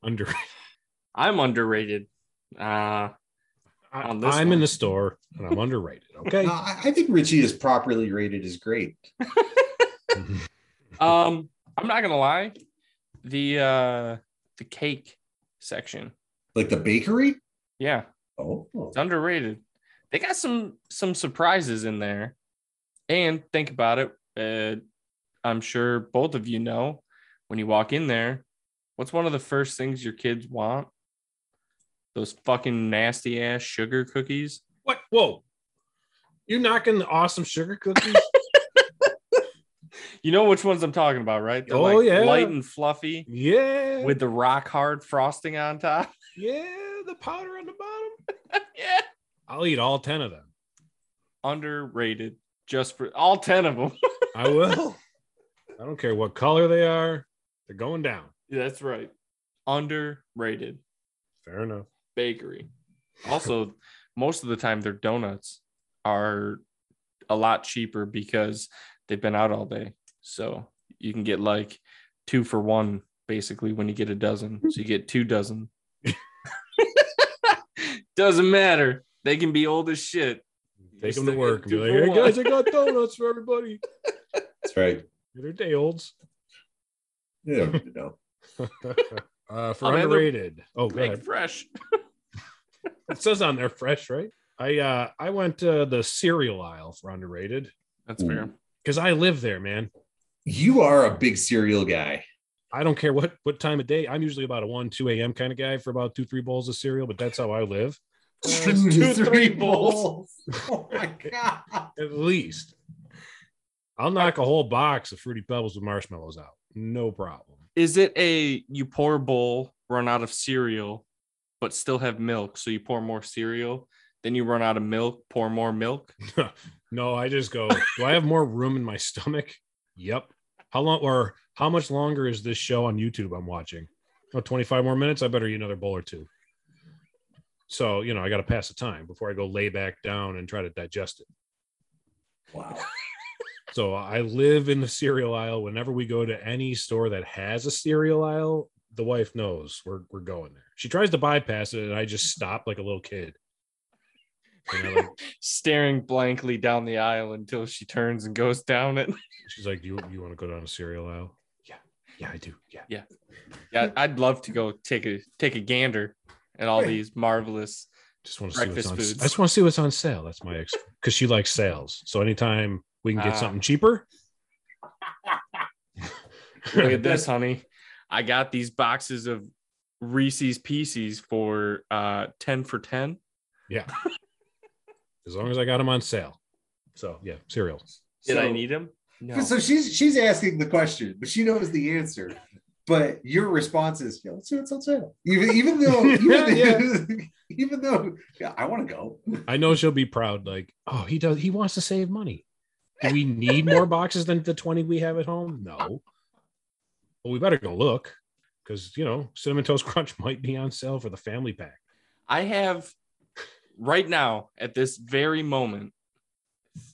Speaker 2: Under.
Speaker 3: I'm underrated. Uh,
Speaker 2: I,
Speaker 3: [laughs] On
Speaker 2: am
Speaker 3: this one.
Speaker 2: in the store and I'm underrated. Okay.
Speaker 1: [laughs] No,
Speaker 2: [laughs]
Speaker 1: I, I think Richie is properly rated as great.
Speaker 3: um, I'm not gonna lie. The uh the cake section.
Speaker 1: Like the bakery.
Speaker 3: Yeah,
Speaker 1: Oh,
Speaker 3: it's underrated. They got some some surprises in there. And think about it. Uh, I'm sure both of you know when you walk in there, what's one of the first things your kids want? Those fucking nasty ass sugar cookies.
Speaker 2: what? Whoa. You're knocking the awesome sugar cookies?
Speaker 3: You know which ones I'm talking about, right? They're
Speaker 2: Oh,
Speaker 3: like
Speaker 2: yeah.
Speaker 3: light and fluffy
Speaker 2: yeah.
Speaker 3: with the rock hard frosting on
Speaker 2: [laughs]
Speaker 3: top.
Speaker 2: yeah. The powder on the bottom.
Speaker 3: yeah.
Speaker 2: I'll eat all 10 of them.
Speaker 3: Underrated. Just for all 10 [laughs] of them. [laughs]
Speaker 2: I will. I don't care what color they are. They're going down.
Speaker 3: That's right. Underrated
Speaker 2: Fair enough.
Speaker 3: bakery. Also, most of the time their donuts are a lot cheaper because they've been out all day. So you can get like two for one basically when you get a dozen. So you get two
Speaker 2: [laughs]
Speaker 3: dozen. Doesn't matter. They can be old as shit.
Speaker 2: Take
Speaker 3: Just
Speaker 2: them to
Speaker 3: a-
Speaker 2: work. And be
Speaker 3: two
Speaker 2: like,
Speaker 3: for
Speaker 2: hey
Speaker 3: one."
Speaker 2: guys,
Speaker 3: [laughs]
Speaker 2: I got donuts for everybody.
Speaker 1: that's right.
Speaker 2: They're
Speaker 3: [laughs]
Speaker 2: day olds.
Speaker 1: You don't need to know.
Speaker 2: uh, for
Speaker 3: Oh, man, they're-
Speaker 2: underrated. Oh, go
Speaker 3: Make
Speaker 2: ahead.
Speaker 3: it fresh.
Speaker 2: It says on there fresh, right? I uh I went to the cereal aisle for underrated
Speaker 3: That's
Speaker 1: Ooh.
Speaker 3: fair.
Speaker 2: because I live there, man.
Speaker 1: You are a big cereal guy.
Speaker 2: I don't care what what time of day. I'm usually about a one two a.m. kind of guy for about two three bowls of cereal, but that's how I live
Speaker 1: Two to three bowls. [laughs] Oh my god.
Speaker 2: at least. I'll knock a whole box of fruity pebbles with marshmallows out, no problem.
Speaker 3: Is it a you pour a bowl, run out of cereal, but still have milk? So you pour more cereal, then you run out of milk, pour more [laughs] milk.
Speaker 2: No, I just go. do I have more room in my stomach? Yep. How long or how much longer is this show on YouTube I'm watching? Oh, 25 more minutes. I better eat another bowl or two. So, you know, I got to pass the time before I go lay back down and try to digest it.
Speaker 1: Wow.
Speaker 2: So I live in the cereal aisle. Whenever we go to any store that has a cereal aisle, the wife knows we're, we're going there. She tries to bypass it and I just stop like a little kid. And I, like, [laughs]
Speaker 3: Staring blankly down the aisle until she turns and goes down it. [laughs]
Speaker 2: she's like, do you, you want to go down a cereal aisle? Yeah. Yeah, I do. Yeah.
Speaker 3: Yeah, I'd love to go take a take a gander at all
Speaker 1: Right.
Speaker 3: these [laughs] marvelous.
Speaker 2: Just want to see what's
Speaker 3: Breakfast
Speaker 2: on.
Speaker 3: foods.
Speaker 2: I just want to see what's on sale. That's my ex because she likes sales. So anytime we can get
Speaker 3: Ah.
Speaker 2: something cheaper.
Speaker 3: Look
Speaker 2: [laughs]
Speaker 3: at this, honey. I got these boxes of Reese's Pieces for uh 10 for 10.
Speaker 2: Yeah. As long as I got them on sale. So yeah, cereal.
Speaker 3: Did I
Speaker 1: So-
Speaker 3: need them? No.
Speaker 1: So she's she's asking the question, but she knows the answer. But your response is, yeah, let's see what's on sale. Even even [laughs] though even, [laughs] even though yeah, I want to go.
Speaker 2: I know she'll be proud. Like, oh, he does. He wants to save money. Do we need more boxes than the twenty we have at home? No. Well, we better go look because you know cinnamon toast crunch [laughs] might be on sale for the family pack.
Speaker 3: I have right now at this very moment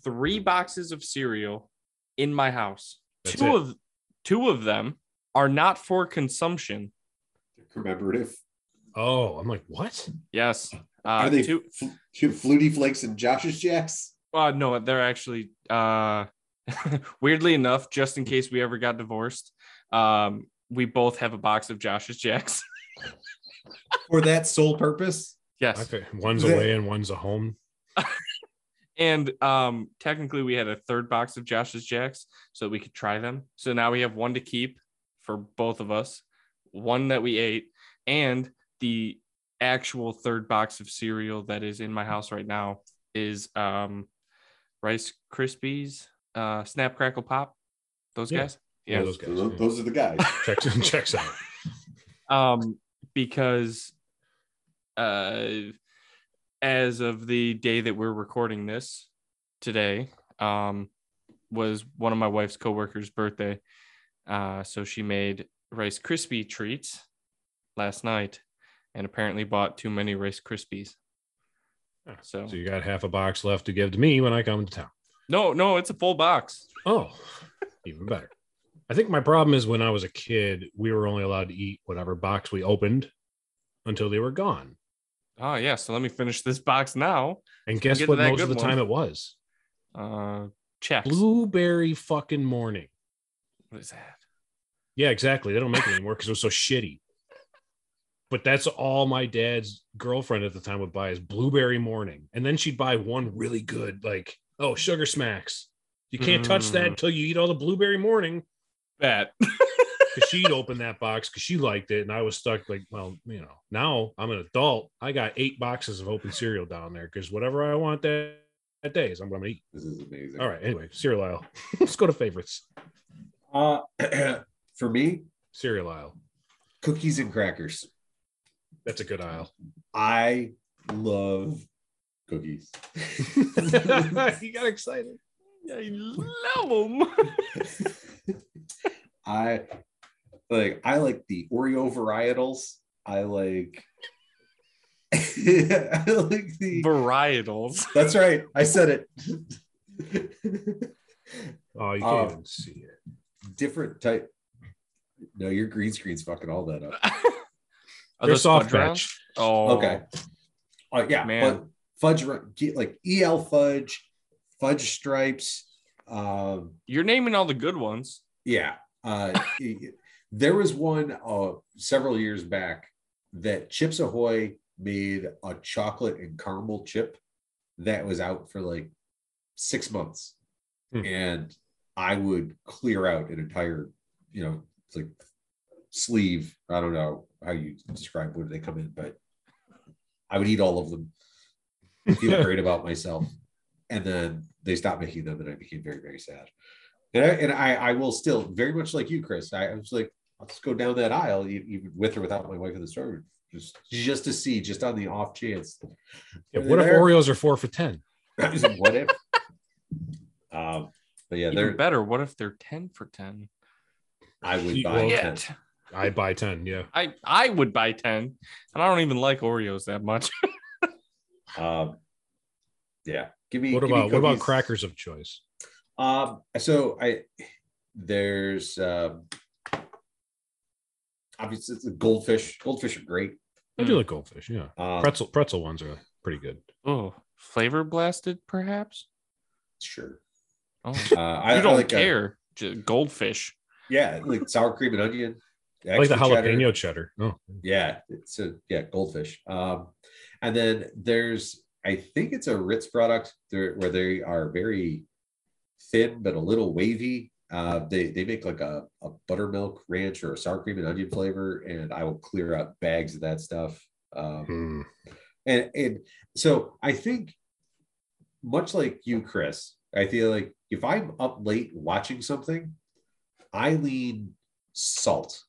Speaker 3: three boxes of cereal in my house.
Speaker 2: That's
Speaker 3: two
Speaker 2: it.
Speaker 3: of two of them are not for consumption.
Speaker 1: Commemorative.
Speaker 2: Oh, I'm like, what?
Speaker 3: Yes. Uh,
Speaker 1: Are they
Speaker 3: two,
Speaker 1: fl- Flutie Flakes and Josh's Jacks?
Speaker 3: uh [laughs] no, they're actually uh weirdly enough, just in case we ever got divorced, um, we both have a box of Josh's Jacks. [laughs]
Speaker 1: for that sole purpose.
Speaker 2: I
Speaker 3: yes.
Speaker 2: think one's
Speaker 1: The-
Speaker 2: away and one's a home.
Speaker 3: And um, technically, we had a third box of Josh's Jacks so we could try them. So now we have one to keep for both of us, one that we ate, and the actual third box of cereal that is in my house right now is um, Rice Krispies, uh, Snap Crackle Pop. Those
Speaker 2: Yeah.
Speaker 3: guys?
Speaker 2: Yeah,
Speaker 3: Yeah.
Speaker 2: those guys.
Speaker 4: Those,
Speaker 2: yeah.
Speaker 4: those are the guys.
Speaker 2: Checks, [laughs] checks out.
Speaker 3: um, because uh, as of the day that we're recording this today, um, was one of my wife's coworkers' birthday, uh, so she made Rice Krispie treats last night, and apparently bought too many Rice Krispies.
Speaker 2: Ah,
Speaker 3: So
Speaker 2: So you got half a box left to give to me when I come to town.
Speaker 3: no, no, it's a full box.
Speaker 2: Oh, even better. I think my problem is when I was a kid, we were only allowed to eat whatever box we opened until they were gone.
Speaker 3: Oh yeah, so let me finish this box now.
Speaker 2: And guess
Speaker 3: get to
Speaker 2: what?
Speaker 3: that
Speaker 2: Most of the
Speaker 3: good
Speaker 2: time
Speaker 3: one.
Speaker 2: it was
Speaker 3: Uh, checks.
Speaker 2: blueberry fucking morning.
Speaker 3: What is that?
Speaker 2: Yeah, exactly. They don't make it anymore because it was so shitty. But that's all my dad's girlfriend at the time would buy is blueberry morning. And then she'd buy one really good, like, oh, sugar smacks. You can't touch that
Speaker 3: Mm.
Speaker 2: until you eat all the blueberry morning.
Speaker 3: That.
Speaker 2: Cause she'd open that box because she liked it. And I was stuck, like, well, you know, now I'm an adult. I got eight boxes of open cereal down there because whatever I want that, that day is I'm gonna eat.
Speaker 4: This is amazing.
Speaker 2: All right. Anyway, cereal aisle. [laughs] Let's go to favorites.
Speaker 1: Uh, [clears throat] for me,
Speaker 2: Cereal aisle.
Speaker 1: cookies and crackers.
Speaker 2: That's a good aisle.
Speaker 1: I love
Speaker 4: Cookies.
Speaker 3: [laughs]
Speaker 1: [laughs]
Speaker 2: you got excited.
Speaker 3: [laughs] I love them. [laughs]
Speaker 1: I like I like the Oreo varietals. I like [laughs] I like the
Speaker 3: Varietals.
Speaker 1: That's right. I said it. [laughs]
Speaker 2: Oh, you
Speaker 3: Uh,
Speaker 2: can't
Speaker 1: Um,
Speaker 2: even see it.
Speaker 1: Different type. No, your green screen's fucking all that up.
Speaker 3: Are
Speaker 2: They're
Speaker 3: those
Speaker 2: soft
Speaker 3: fudge rounds?
Speaker 2: batch.
Speaker 3: Oh,
Speaker 1: Okay. Oh yeah,
Speaker 3: Man.
Speaker 1: but fudge run- get like EL fudge, fudge stripes. Um,
Speaker 3: You're naming all the good ones.
Speaker 1: yeah. Uh, y- there was one uh, several years back that Chips Ahoy made a chocolate and caramel chip that was out for like six months,
Speaker 2: Hmm.
Speaker 1: and I would clear out an entire, you know, it's like sleeve. I don't know how you describe when they come in, but I would eat all of them, feel great about myself, and then they stopped making them, and I became very very sad. And I, and I, I will still very much like you, Chris. I, I was like, I'll just go down that aisle, e- even with or without my wife in the store, just just to see, just on the off chance. [laughs]
Speaker 2: Yeah,
Speaker 1: Are they
Speaker 2: what if
Speaker 1: there?
Speaker 2: Oreos are four for ten?
Speaker 1: I was like, what
Speaker 3: [laughs]
Speaker 1: if? Um, but yeah,
Speaker 3: Even
Speaker 1: there
Speaker 3: better. What if they're 10 for 10?
Speaker 1: I would
Speaker 2: He
Speaker 1: buy it.
Speaker 2: will-
Speaker 3: Yet.
Speaker 2: I buy ten. Yeah,
Speaker 3: I, I would buy 10. And I don't even like Oreos that much. [laughs]
Speaker 1: Um, yeah, give me.
Speaker 2: what
Speaker 1: give me
Speaker 2: about what about
Speaker 1: cookies.
Speaker 2: crackers of choice?
Speaker 1: Um, so I there's um, obviously it's a goldfish. Goldfish are great.
Speaker 2: I
Speaker 3: Hmm.
Speaker 2: do like goldfish. Yeah,
Speaker 1: Um,
Speaker 2: pretzel pretzel ones are pretty good.
Speaker 3: Oh, flavor blasted, perhaps?
Speaker 1: sure.
Speaker 3: Oh,
Speaker 1: Uh,
Speaker 3: you
Speaker 1: I I
Speaker 3: don't
Speaker 1: like a-
Speaker 3: care. Ju- goldfish.
Speaker 1: yeah, like sour cream and onion.
Speaker 2: I like the
Speaker 1: extra cheddar.
Speaker 2: jalapeno cheddar. Oh,
Speaker 1: Yeah, it's a yeah goldfish. Um, and then there's I think it's a Ritz product there where they are very thin but a little wavy. Uh, they they make like a, a buttermilk ranch or a sour cream and onion flavor, and I will clear out bags of that stuff. Um,
Speaker 2: Hmm.
Speaker 1: and and so I think much like you, Chris, I feel like if I'm up late watching something, I lean salt.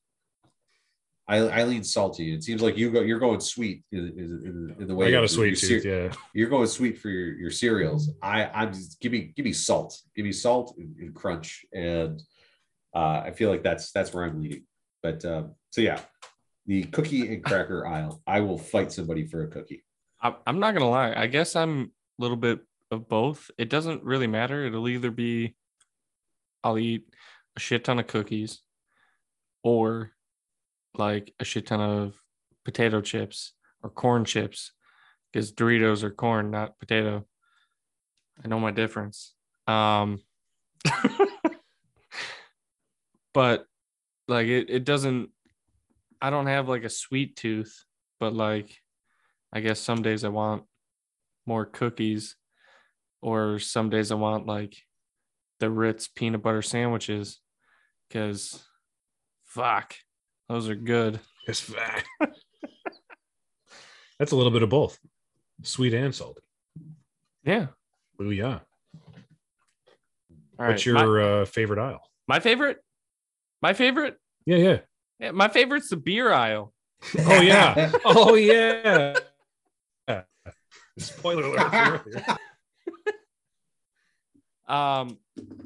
Speaker 1: I, I lean salty. It seems like you go you're going sweet in, in, in the way
Speaker 2: I got
Speaker 1: your-
Speaker 2: a sweet
Speaker 1: your
Speaker 2: tooth.
Speaker 1: cere-
Speaker 2: Yeah, [laughs]
Speaker 1: You're going sweet for your, your cereals. I I'm just, give me give me salt, give me salt and, and crunch, and uh, I feel like that's that's where I'm leaning. But um, so yeah, the cookie and cracker aisle. I will fight somebody for a cookie.
Speaker 3: I, I'm not going to lie. I guess I'm a little bit of both. It doesn't really matter. It'll either be I'll eat a shit ton of cookies or like a shit ton of potato chips or corn chips because Doritos are corn, not potato. I know my difference. Um, [laughs] but like it, it doesn't I don't have like a sweet tooth, but like I guess some days I want more cookies or some days I want like the Ritz peanut butter sandwiches cuz fuck, those are good.
Speaker 2: It's fat. [laughs] That's a little bit of both, sweet and salty.
Speaker 3: Yeah.
Speaker 2: Booyah!
Speaker 3: All
Speaker 2: What's
Speaker 3: right. My-
Speaker 2: your uh, favorite aisle?
Speaker 3: my favorite? My favorite?
Speaker 2: Yeah, yeah.
Speaker 3: Yeah, my favorite's the beer aisle.
Speaker 2: Oh [laughs] yeah.
Speaker 3: [laughs]
Speaker 2: Oh yeah. [laughs] Spoiler alert from
Speaker 1: [laughs]
Speaker 2: earlier.
Speaker 3: Um,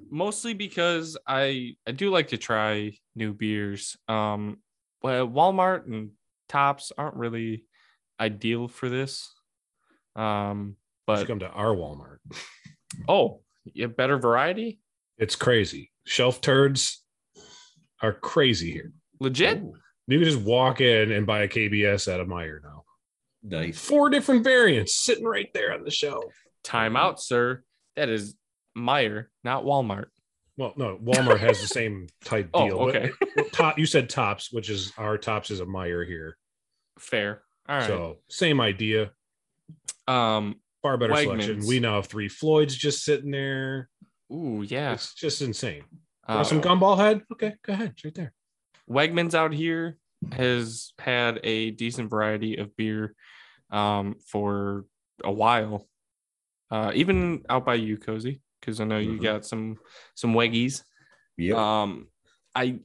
Speaker 3: mostly because I I do like to try new beers. Um, but Walmart and Tops aren't really ideal for this. Um,
Speaker 2: You should
Speaker 3: but
Speaker 2: come to our Walmart.
Speaker 3: oh, yeah, better variety,
Speaker 2: It's crazy. Shelf turds are crazy here.
Speaker 3: legit.
Speaker 2: You can just walk in and buy a KBS out of Meyer now.
Speaker 1: nice.
Speaker 2: Four different variants sitting right there on the shelf.
Speaker 3: Time out, sir. That is Meyer, not Walmart.
Speaker 2: Well, no, Walmart has the same type
Speaker 3: [laughs] Oh,
Speaker 2: deal.
Speaker 3: okay,
Speaker 2: Well, [laughs] top, you said tops, which is our tops is a Meyer here.
Speaker 3: fair. All right.
Speaker 2: So same idea.
Speaker 3: um.
Speaker 2: Far better
Speaker 3: Wegmans.
Speaker 2: selection. We now have three Floyds just sitting there.
Speaker 3: Ooh, yeah.
Speaker 2: It's just insane.
Speaker 3: Uh,
Speaker 2: Want some gumball head? Okay, go ahead. It's right there.
Speaker 3: Wegmans out here has had a decent variety of beer um, for a while, uh, even out by you, Cozy, because I know you
Speaker 2: Mm-hmm.
Speaker 1: Mhm.
Speaker 3: got some some Weggies.
Speaker 1: Yep.
Speaker 3: Um, I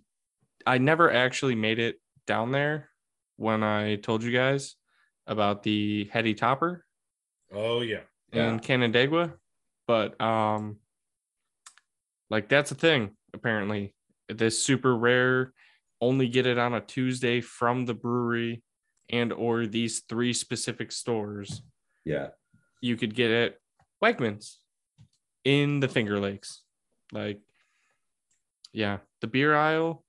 Speaker 3: I never actually made it down there when I told you guys about the Hetty Topper
Speaker 2: Oh yeah.
Speaker 3: in Canandaigua, but um, like that's a thing apparently. This super rare, only get it on a Tuesday from the brewery, and or these three specific stores.
Speaker 1: yeah.
Speaker 3: You could get it Wegmans in the Finger Lakes, like yeah, the beer aisle.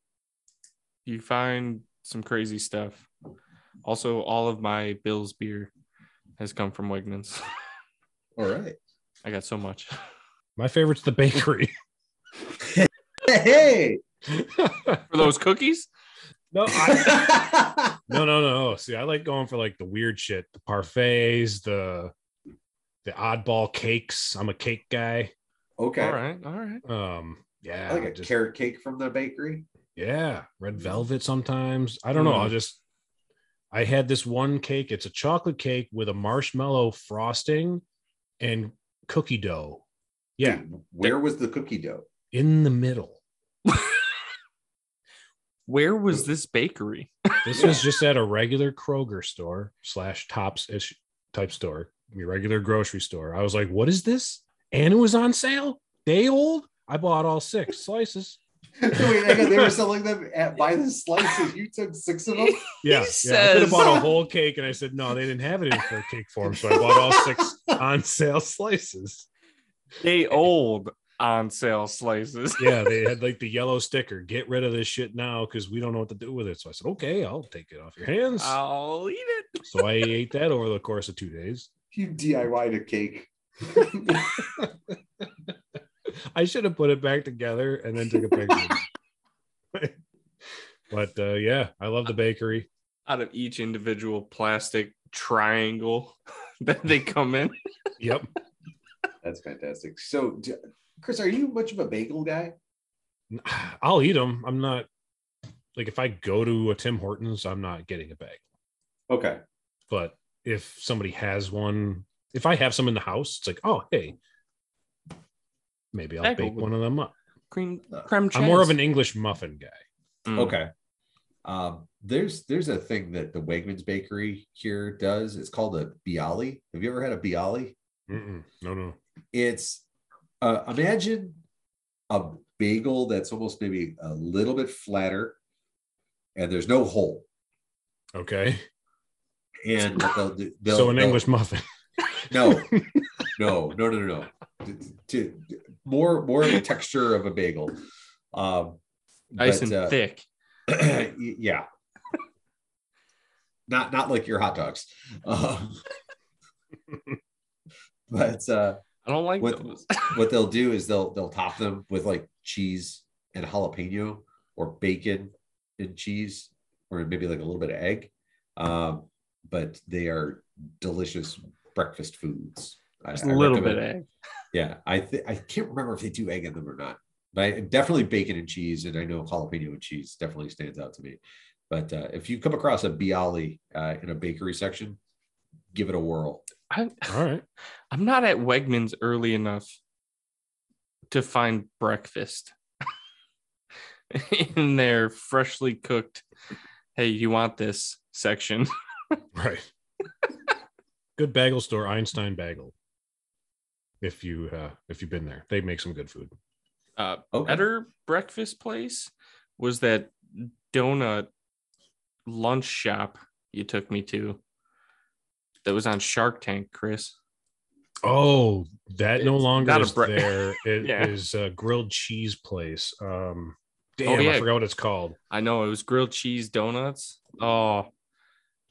Speaker 3: You find some crazy stuff. Also, all of my Bill's beer has come from Wegmans.
Speaker 1: All right.
Speaker 3: [laughs] I got so much. [laughs]
Speaker 2: My favorite's the [laughs] bakery.
Speaker 1: Hey.
Speaker 3: For those cookies?
Speaker 2: no, Oh, I,
Speaker 1: [laughs]
Speaker 2: no, no, no. See, I like going for like the weird shit, the parfaits, the the oddball cakes. I'm a cake guy.
Speaker 1: okay.
Speaker 3: All right, all right.
Speaker 2: Um, yeah,
Speaker 1: I like a
Speaker 2: just-
Speaker 1: carrot Mm-hmm. cake from the bakery.
Speaker 2: yeah, red velvet sometimes. I don't know.
Speaker 3: Mm.
Speaker 1: Mm-hmm.
Speaker 2: I'll just I had this one cake. It's a chocolate cake with a marshmallow frosting and cookie dough. Yeah,
Speaker 1: Dude, where was the cookie dough?
Speaker 2: in the middle.
Speaker 3: Where was this bakery?
Speaker 2: This was just at a regular Kroger store slash Tops ish type store, your regular grocery store. I was like, what is this? And it was on sale, day old. I bought all six slices.
Speaker 1: [laughs] Wait, hang on, they were selling them at by the slices. You took six of them.
Speaker 2: Yeah, yeah. I could
Speaker 3: says-
Speaker 2: have bought a whole cake, and I said no, they didn't have it in full cake form, so I bought all six on sale slices.
Speaker 3: Day old on sale slices.
Speaker 2: Yeah, they had like the yellow sticker. Get rid of this shit now because we don't know what to do with it. So I said, okay, I'll take it off your hands.
Speaker 3: [laughs] I'll eat it.
Speaker 2: so I ate that over the course of two days.
Speaker 1: [laughs] You DIY'd a cake. [laughs]
Speaker 2: I should have put it back together and then took a picture. but uh, yeah, I love the bakery.
Speaker 3: Out of each individual plastic triangle [laughs] that they come in.
Speaker 2: Yep.
Speaker 1: That's fantastic. So, d- Chris, are you much of a bagel guy?
Speaker 2: I'll eat them. I'm not like if I go to a Tim Hortons, I'm not getting a bag.
Speaker 1: Okay.
Speaker 2: But if somebody has one, if I have some in the house, it's like, oh, hey, maybe I'll
Speaker 3: Bagel
Speaker 2: bake
Speaker 3: would-
Speaker 2: one of them up.
Speaker 3: Cream
Speaker 1: No.
Speaker 3: creme cheese.
Speaker 2: I'm more of an English muffin guy.
Speaker 3: Mm.
Speaker 2: Hmm.
Speaker 1: Okay. Um, there's there's a thing that the Wegmans Bakery here does. It's called a bialy. Have you ever had a bialy?
Speaker 2: Mm-mm. No, no.
Speaker 1: It's uh, imagine a bagel that's almost maybe a little bit flatter, and there's no hole.
Speaker 2: Okay.
Speaker 1: And what they'll, do- they'll
Speaker 2: [laughs] so an
Speaker 1: they'll-
Speaker 2: English muffin. [laughs]
Speaker 1: No, no, no, no, no, no. D- d- d- more, more of the texture of a bagel. Um,
Speaker 3: Nice
Speaker 1: but,
Speaker 3: and
Speaker 1: uh,
Speaker 3: thick.
Speaker 1: [clears throat] y- yeah. Not, not like your hot dogs. Um, [laughs] but uh,
Speaker 3: I don't like
Speaker 1: What-
Speaker 3: those.
Speaker 1: [laughs] what they'll do is they'll they'll top them with like cheese and jalapeno or bacon and cheese or maybe like a little bit of egg um, but they are delicious breakfast foods I-
Speaker 3: Just
Speaker 1: I
Speaker 3: a little bit
Speaker 1: recommend-
Speaker 3: of egg.
Speaker 1: yeah i th- i can't remember if they do egg in them or not but I, definitely bacon and cheese and i know jalapeno and cheese definitely stands out to me but uh, if you come across a bialy uh, in a bakery section give it a whirl
Speaker 3: I,
Speaker 2: All right.
Speaker 3: I'm not at Wegmans early enough to find breakfast [laughs] in their freshly cooked. Hey, you want this section?
Speaker 2: Right. [laughs] good bagel store, Einstein Bagel. If you uh if you've been there, they make some good food.
Speaker 3: Uh,
Speaker 1: okay
Speaker 3: better breakfast place was that donut lunch shop you took me to that was on Shark Tank, Chris.
Speaker 2: Oh, that no
Speaker 3: It's
Speaker 2: longer
Speaker 3: not a
Speaker 2: is
Speaker 3: bre- [laughs]
Speaker 2: there. It is
Speaker 3: Yeah.
Speaker 2: a grilled cheese place. Um damn,
Speaker 3: Oh, yeah.
Speaker 2: I forgot what it's called.
Speaker 3: I know it was grilled cheese donuts. Oh,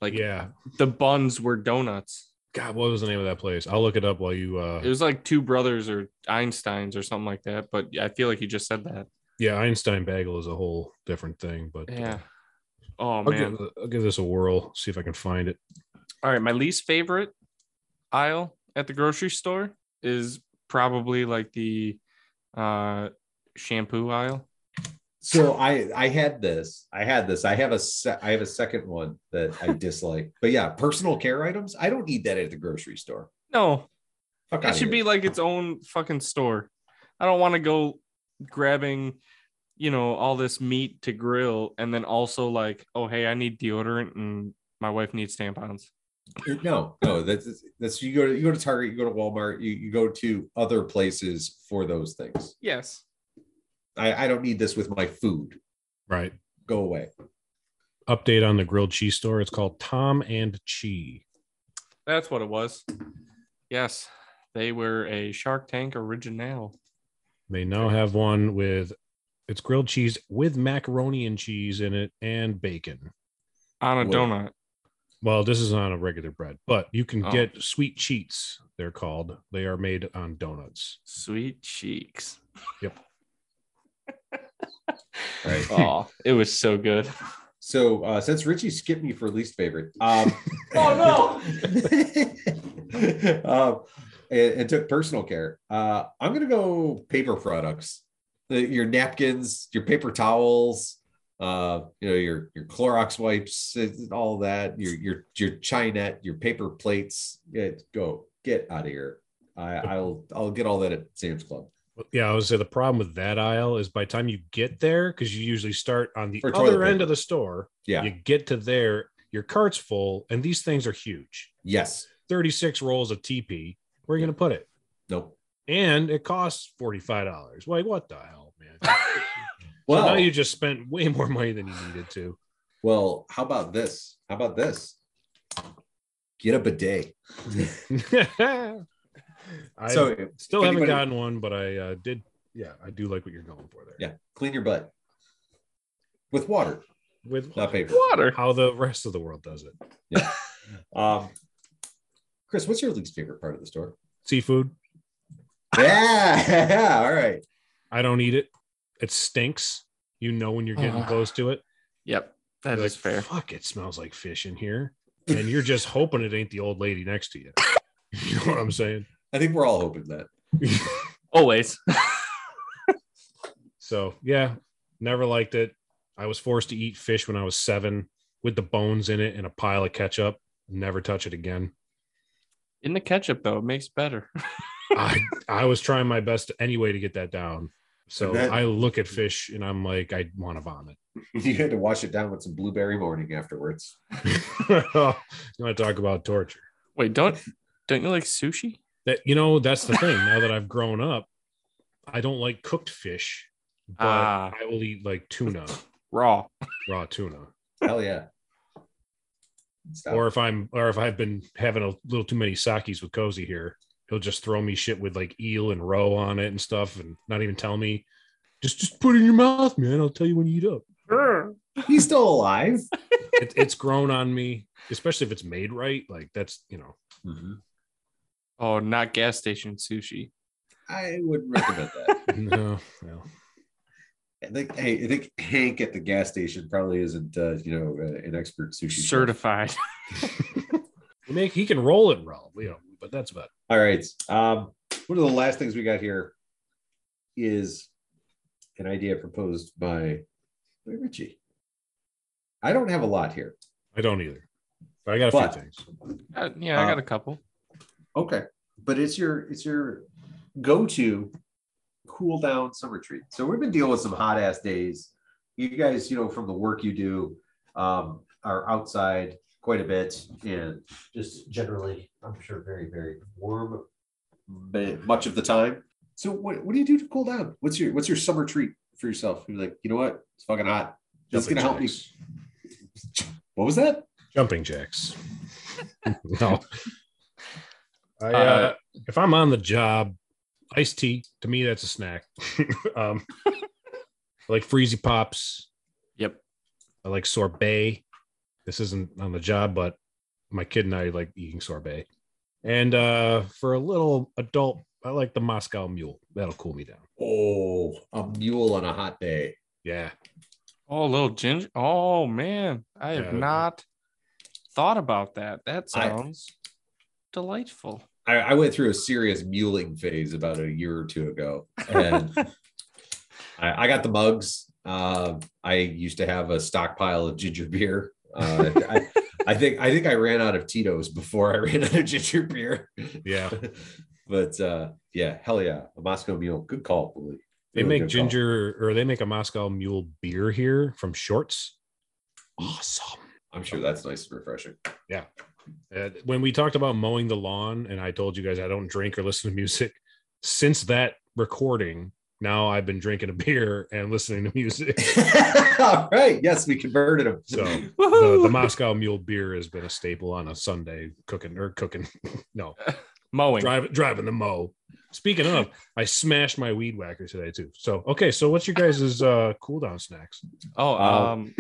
Speaker 3: like
Speaker 2: yeah.
Speaker 3: the buns were donuts.
Speaker 2: God, what was the name of that place? I'll look it up while you uh
Speaker 3: It was like two brothers or Einsteins or something like that. But I feel like you just said that.
Speaker 2: yeah, Einstein bagel is a whole different thing, but uh,
Speaker 3: Yeah. Oh
Speaker 2: I'll,
Speaker 3: man.
Speaker 2: Give, I'll give this a whirl, see if I can find it.
Speaker 3: All right. My least favorite aisle at the grocery store is probably like the uh shampoo aisle.
Speaker 1: so i i had this i had this i have a se- i have a second one that
Speaker 3: [laughs]
Speaker 1: i dislike but yeah personal care items i don't need that at the grocery store
Speaker 3: No,
Speaker 1: Fuck
Speaker 3: that
Speaker 1: outta
Speaker 3: should
Speaker 1: here.
Speaker 3: be like its own fucking store. I don't want to go grabbing, you know, all this meat to grill and then also like, oh hey, I need deodorant and my wife needs tampons.
Speaker 1: It- Uh, no no that's that's you go to you go to target you go to walmart you, you go to other places for those things
Speaker 3: Yes.
Speaker 1: i i don't need this with my food
Speaker 2: Right.
Speaker 1: go away
Speaker 2: Update on the grilled cheese store. It's called Tom and Chi.
Speaker 3: That's what it was. Yes, they were a Shark Tank original.
Speaker 2: They now have one with it's grilled cheese with macaroni and cheese in it and bacon.
Speaker 3: On a
Speaker 1: Wait.
Speaker 3: donut.
Speaker 2: Well, this is on a regular bread, but you can
Speaker 3: Oh.
Speaker 2: get sweet cheats, they're called. They are made on donuts.
Speaker 3: Sweet cheeks.
Speaker 2: Yep.
Speaker 1: Right.
Speaker 3: Oh, it was so good.
Speaker 1: so uh since richie skipped me for least favorite
Speaker 2: [laughs]
Speaker 1: um
Speaker 3: Oh,
Speaker 1: no [laughs] um and, and took personal care uh i'm gonna go paper products The- your napkins your paper towels uh you know your your clorox wipes and all that your your your chinette your paper plates get go get out of here i i'll i'll get all that at sam's club
Speaker 2: But Yeah, I would say the problem with that aisle is by the time you get there, because you usually start on the
Speaker 1: For toilet
Speaker 2: other end
Speaker 1: paper.
Speaker 2: of the store,
Speaker 1: yeah
Speaker 2: you get to there, your cart's full, and these things are huge.
Speaker 1: yes
Speaker 2: 36 rolls of TP. Where are you going to put it?
Speaker 1: nope
Speaker 2: And it costs $45. Like, what the hell, man?
Speaker 1: well
Speaker 2: so now you just spent [laughs] way more money than you needed to. [laughs]
Speaker 1: well how about this how about this get a bidet
Speaker 2: I
Speaker 1: so
Speaker 2: still
Speaker 1: if
Speaker 2: haven't
Speaker 1: anybody-
Speaker 2: gotten one, but I uh, did. Yeah, I do like what you're going for there.
Speaker 1: Yeah, clean your butt with water,
Speaker 2: With
Speaker 1: not paper.
Speaker 3: [laughs] Water.
Speaker 2: how the rest of the world does it.
Speaker 1: Um, Chris, what's your least favorite part of the store? [laughs]
Speaker 2: Seafood,
Speaker 1: Yeah, [laughs] all right.
Speaker 2: I don't eat it. It stinks. You know when you're getting
Speaker 3: Ah,
Speaker 2: close to it.
Speaker 3: Yep. that is
Speaker 2: You're like,
Speaker 3: fair.
Speaker 2: Fuck, it smells like fish in here. And you're just hoping it ain't the old lady next to you. [laughs] You know what I'm saying?
Speaker 1: I think we're all hoping that. [laughs]
Speaker 3: Always. [laughs]
Speaker 2: So yeah, never liked it. I was forced to eat fish when I was seven with the bones in it and a pile of ketchup. Never touch it again.
Speaker 3: In the ketchup though, it makes better. [laughs]
Speaker 2: I I was trying my best anyway to get that down. So
Speaker 1: That-
Speaker 2: I look at fish and I'm like, I want to vomit. [laughs]
Speaker 1: You had to wash it down with some blueberry morning afterwards.
Speaker 2: you want to talk about torture?
Speaker 3: Wait, don't don't you like sushi?
Speaker 2: That you know, that's the thing. Now that I've grown up, I don't like cooked fish, but
Speaker 3: Ah.
Speaker 2: I will eat like tuna,
Speaker 3: Raw.
Speaker 2: raw tuna.
Speaker 1: Hell yeah. Stop.
Speaker 2: or if I'm or if I've been having a little too many sakis with Cozy here, he'll just throw me shit with like eel and roe on it and stuff, and not even tell me. Just just put it in your mouth, man. I'll tell you when you eat up.
Speaker 1: he's still alive. Mm-hmm.
Speaker 2: It, it's grown on me, especially if it's made right. Like that's you know.
Speaker 1: Mhm.
Speaker 3: Oh, not gas station sushi.
Speaker 1: I would recommend that. [laughs]
Speaker 2: [laughs] no, no.
Speaker 1: I think, hey, I think Hank at the gas station probably isn't, uh, you know, uh, an expert sushi chef.
Speaker 3: Certified. [laughs]
Speaker 2: He make he can roll it well, you know, but that's about
Speaker 1: All right. Um, one of the last things we got here is an idea proposed by by Richie. I don't have a lot here.
Speaker 2: it. I don't either. But I got a
Speaker 1: But-
Speaker 2: few things.
Speaker 3: Uh, yeah, I
Speaker 1: Uh,
Speaker 3: got a couple.
Speaker 1: Okay, but it's your it's your go-to cool down summer treat. So we've been dealing with some hot ass days. You guys, you know, from the work you do, um, are outside quite a bit and just generally, I'm sure, very very warm, but much of the time. So what, what do you do to cool down? What's your what's your summer treat for yourself? You're like, you know what? It's fucking hot. It's
Speaker 2: Jumping
Speaker 1: gonna help me.
Speaker 2: jacks.
Speaker 1: What was that?
Speaker 2: Jumping jacks. no. I, uh,
Speaker 3: Uh,
Speaker 2: if I'm on the job, iced tea to me that's a snack. [laughs] um, I like freezy pops.
Speaker 3: Yep.
Speaker 2: I like sorbet. This isn't on the job, but my kid and I like eating sorbet. And uh, for a little adult, I like the Moscow Mule. That'll cool me down.
Speaker 1: Oh, a mule on a hot day.
Speaker 2: Yeah,
Speaker 3: Oh, a little ginger. Oh man, I have
Speaker 2: Yeah.
Speaker 3: not thought about that. That
Speaker 1: I-
Speaker 3: sounds delightful.
Speaker 1: I, I went through a serious muling phase about a year or two ago,
Speaker 2: [laughs]
Speaker 1: and I, I got the mugs. Uh, I used to have a stockpile of ginger beer. Uh, I, I think I think I ran out of Tito's before I [laughs] ran out of ginger beer. [laughs]
Speaker 2: yeah.
Speaker 1: but uh, yeah, hell yeah, a Moscow Mule, good call, Willie.
Speaker 2: They
Speaker 1: Really
Speaker 2: make
Speaker 1: good call.
Speaker 2: ginger, or they make a Moscow Mule beer here from Shorts. Awesome.
Speaker 1: I'm sure that's nice and refreshing. [laughs]
Speaker 2: Uh, when we talked about mowing the lawn, and I told you guys I don't drink or listen to music, since that recording, now I've been drinking a beer and listening to music.
Speaker 1: All right, yes, we converted him. [laughs]
Speaker 2: So the,
Speaker 3: Woohoo!
Speaker 2: the Moscow Mule beer has been a staple on a Sunday cooking or cooking. No,
Speaker 3: Mowing.
Speaker 2: driving driving the mo. Speaking of, I smashed my weed whacker today too. So okay, so what's your guys' uh, cool down snacks?
Speaker 3: Oh,
Speaker 2: Uh,
Speaker 1: Wow.
Speaker 3: um,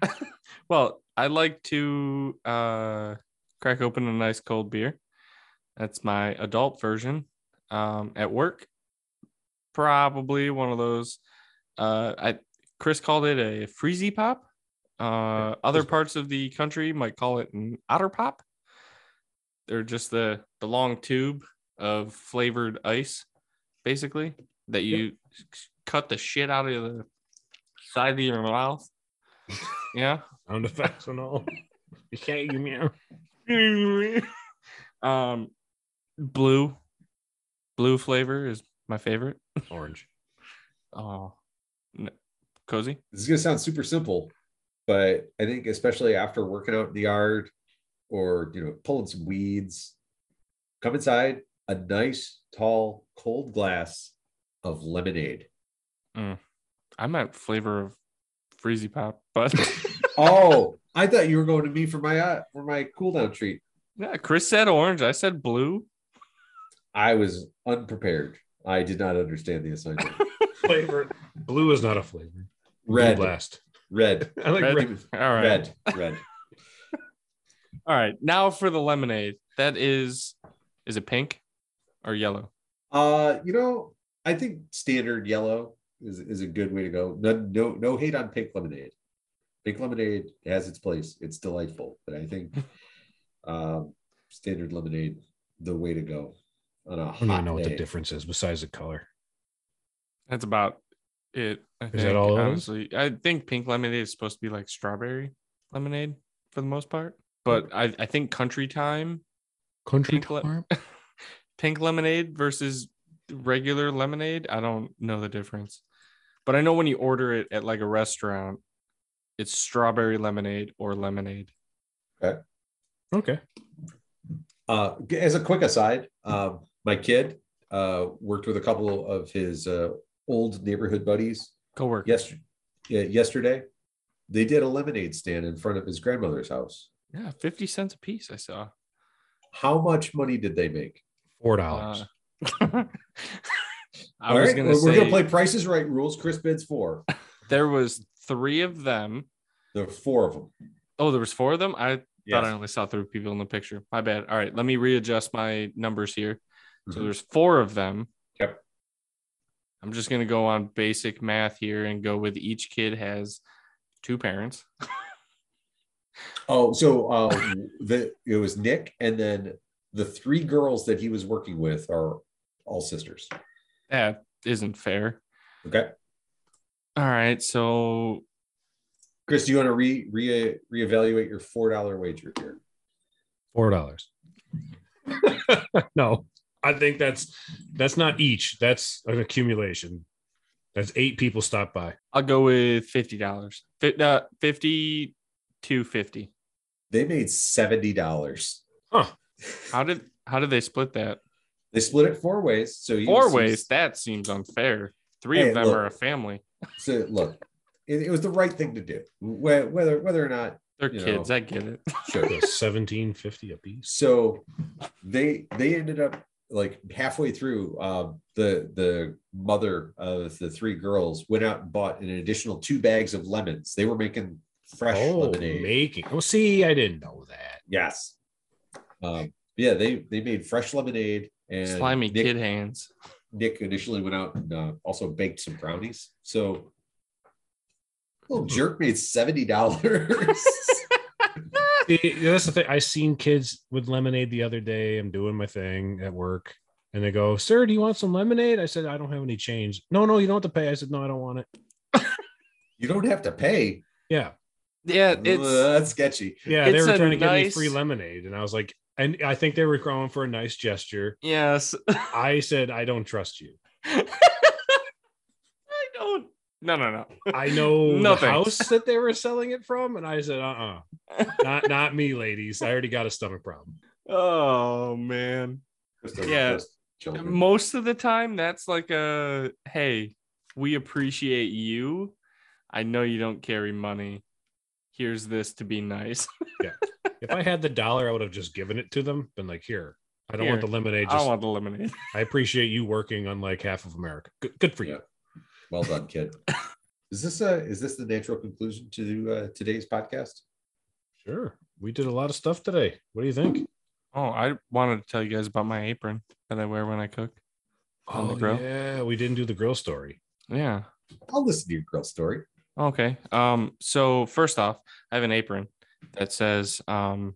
Speaker 3: [laughs] well, I like to uh, crack open a nice cold beer. That's my adult version. Um, at work, probably one of those. Uh, I Chris called it a freezy pop. Uh, other
Speaker 2: freezy pop.
Speaker 3: parts of the country might call it an otter pop. They're just the the long tube of flavored ice, basically that you s- cut the shit out of the side of your [laughs] mouth. yeah.
Speaker 2: Sound effects and all. You can't you meow.
Speaker 3: um, blue, blue flavor is my favorite.
Speaker 2: Orange.
Speaker 3: Oh, n- cozy.
Speaker 1: this is going to sound super simple, but I think especially after working out in the yard or you know pulling some weeds, come inside a nice tall cold glass of lemonade.
Speaker 3: I meant flavor of freezy pop, but [laughs]
Speaker 1: Oh, I thought you were going to me for my uh, for my cool down treat.
Speaker 3: yeah, Chris said orange. I said blue.
Speaker 1: I was unprepared. I did not understand the
Speaker 3: [laughs]
Speaker 1: assignment.
Speaker 2: Flavor. Blue is not a flavor.
Speaker 1: Red,
Speaker 2: Blue blast.
Speaker 1: [laughs] red,
Speaker 2: I like
Speaker 3: Red.
Speaker 2: red.
Speaker 3: All right.
Speaker 1: red, red.
Speaker 3: All right. Now for the lemonade. That is, is it pink or yellow?
Speaker 1: Uh, you know, I think standard yellow is, is a good way to go. No, no, no hate on pink lemonade. Pink lemonade has its place. It's delightful, but I
Speaker 2: [laughs]
Speaker 1: think um, standard lemonade the way to go on a
Speaker 2: I
Speaker 1: hot
Speaker 2: don't even know what
Speaker 1: day.
Speaker 2: the difference is besides the color.
Speaker 3: That's about it. I
Speaker 2: that
Speaker 3: think,
Speaker 2: all it is?
Speaker 3: honestly, I think pink lemonade is supposed to be like strawberry lemonade for the most part. But I, I think country time,
Speaker 2: Country
Speaker 3: Pink le-
Speaker 2: farm?
Speaker 3: pink lemonade versus regular lemonade, I don't know the difference. But I know when you order it at like a restaurant, it's strawberry lemonade or lemonade.
Speaker 2: Okay.
Speaker 1: Uh, as a quick aside, um, my kid uh, worked with a couple of his uh, old neighborhood buddies
Speaker 3: Coworker.
Speaker 1: yesterday. Yesterday, they did a lemonade stand in front of his grandmother's house.
Speaker 3: Yeah, 50 cents a piece, I saw.
Speaker 1: How much money did they make?
Speaker 2: Four dollars.
Speaker 3: Uh, [laughs] I
Speaker 1: All
Speaker 3: was
Speaker 1: right,
Speaker 3: gonna
Speaker 1: we're,
Speaker 3: say
Speaker 1: we're gonna play Prices Right rules. Chris bids four.
Speaker 3: there was three of them.
Speaker 1: There are four of them.
Speaker 3: Oh, there was four of them. I [laughs] Thought I only saw three people in the picture. My bad. All right, let me readjust my numbers here. So
Speaker 1: Mhm.
Speaker 3: there's four of them.
Speaker 1: Yep.
Speaker 3: I'm just gonna go on basic math here and go with each kid has two parents.
Speaker 1: Oh, so uh, the it was Nick, and then the three girls that he was working with are all sisters.
Speaker 3: That isn't fair.
Speaker 1: Okay,
Speaker 3: All right, so
Speaker 1: Chris, do you want to re re reevaluate your four dollar wager here?
Speaker 2: Four dollars. [laughs] no, I think that's that's not each. That's an accumulation. That's eight people stopped by.
Speaker 3: I'll go with fifty dollars. Uh, fifty to fifty.
Speaker 1: They made seventy dollars.
Speaker 2: Huh.
Speaker 3: How did how did they split that?
Speaker 1: They split it four ways. So you
Speaker 3: Four ways. That seems unfair. Three
Speaker 1: Hey,
Speaker 3: of them
Speaker 1: look.
Speaker 3: are a family.
Speaker 1: So look, it, it was the right thing to do. Wh- Whether whether or not
Speaker 3: They're
Speaker 1: You
Speaker 3: kids.
Speaker 1: know.
Speaker 3: I get it. [laughs]
Speaker 1: sure. [laughs]
Speaker 2: Seventeen fifty a piece.
Speaker 1: so they they ended up like halfway through uh, the the mother of the three girls went out and bought an additional two bags of lemons they were making fresh
Speaker 2: Oh,
Speaker 1: lemonade
Speaker 2: making. Oh, see, I didn't know that.
Speaker 1: yes um, yeah they they made fresh lemonade and
Speaker 3: Slimy
Speaker 1: Nick,
Speaker 3: kid hands.
Speaker 1: Nick initially went out and uh, also baked some brownies so little jerk made seventy dollars [laughs]
Speaker 2: See, that's the thing. I seen kids with lemonade the other day. I'm doing my thing at work, and they go, "Sir, do you want some lemonade?" I said, "I don't have any change." No, no, you don't have to pay. I said, "No, I don't want it."
Speaker 1: you don't have to pay
Speaker 2: Yeah,
Speaker 3: Yeah, it's
Speaker 1: that's sketchy
Speaker 2: yeah.
Speaker 3: It's
Speaker 2: they were
Speaker 3: a
Speaker 2: trying to give me
Speaker 3: nice-
Speaker 2: free lemonade, and I was like, and I think they were going for a nice gesture.
Speaker 3: yes. [laughs]
Speaker 2: I said, "I don't trust you."
Speaker 3: I don't. No, no, no.
Speaker 2: I know
Speaker 3: [laughs] No,
Speaker 2: the
Speaker 3: thanks.
Speaker 2: house that they were selling it from, and I said, "Uh, uh
Speaker 3: [laughs]
Speaker 2: not not me, ladies. I already got a stomach problem."
Speaker 3: Oh man.
Speaker 1: Just don't
Speaker 3: Yeah.
Speaker 1: trust children.
Speaker 3: Most of the time, that's like a hey, we appreciate you. I know you don't carry money. Here's this to be nice.
Speaker 2: If I had the dollar, I would have just given it to them. Been like, "Here, I don't want the
Speaker 3: Here. [laughs]
Speaker 2: lemonade.
Speaker 3: I
Speaker 2: Just
Speaker 3: don't want the lemonade.
Speaker 2: I appreciate you working on like half of America. Good, good for you.
Speaker 1: Well done,
Speaker 3: [laughs]
Speaker 1: kid. Is this a is this the natural conclusion to uh, today's podcast?
Speaker 2: Sure. We did a lot of stuff today. What do you think?
Speaker 3: Oh, I wanted to tell you guys about my apron that I wear when I cook. On the grill?
Speaker 2: Oh, yeah. We didn't do the grill story.
Speaker 3: Yeah.
Speaker 1: I'll listen to your girl
Speaker 3: [laughs]
Speaker 1: story.
Speaker 3: Okay. Um, so first off, I have an apron that says um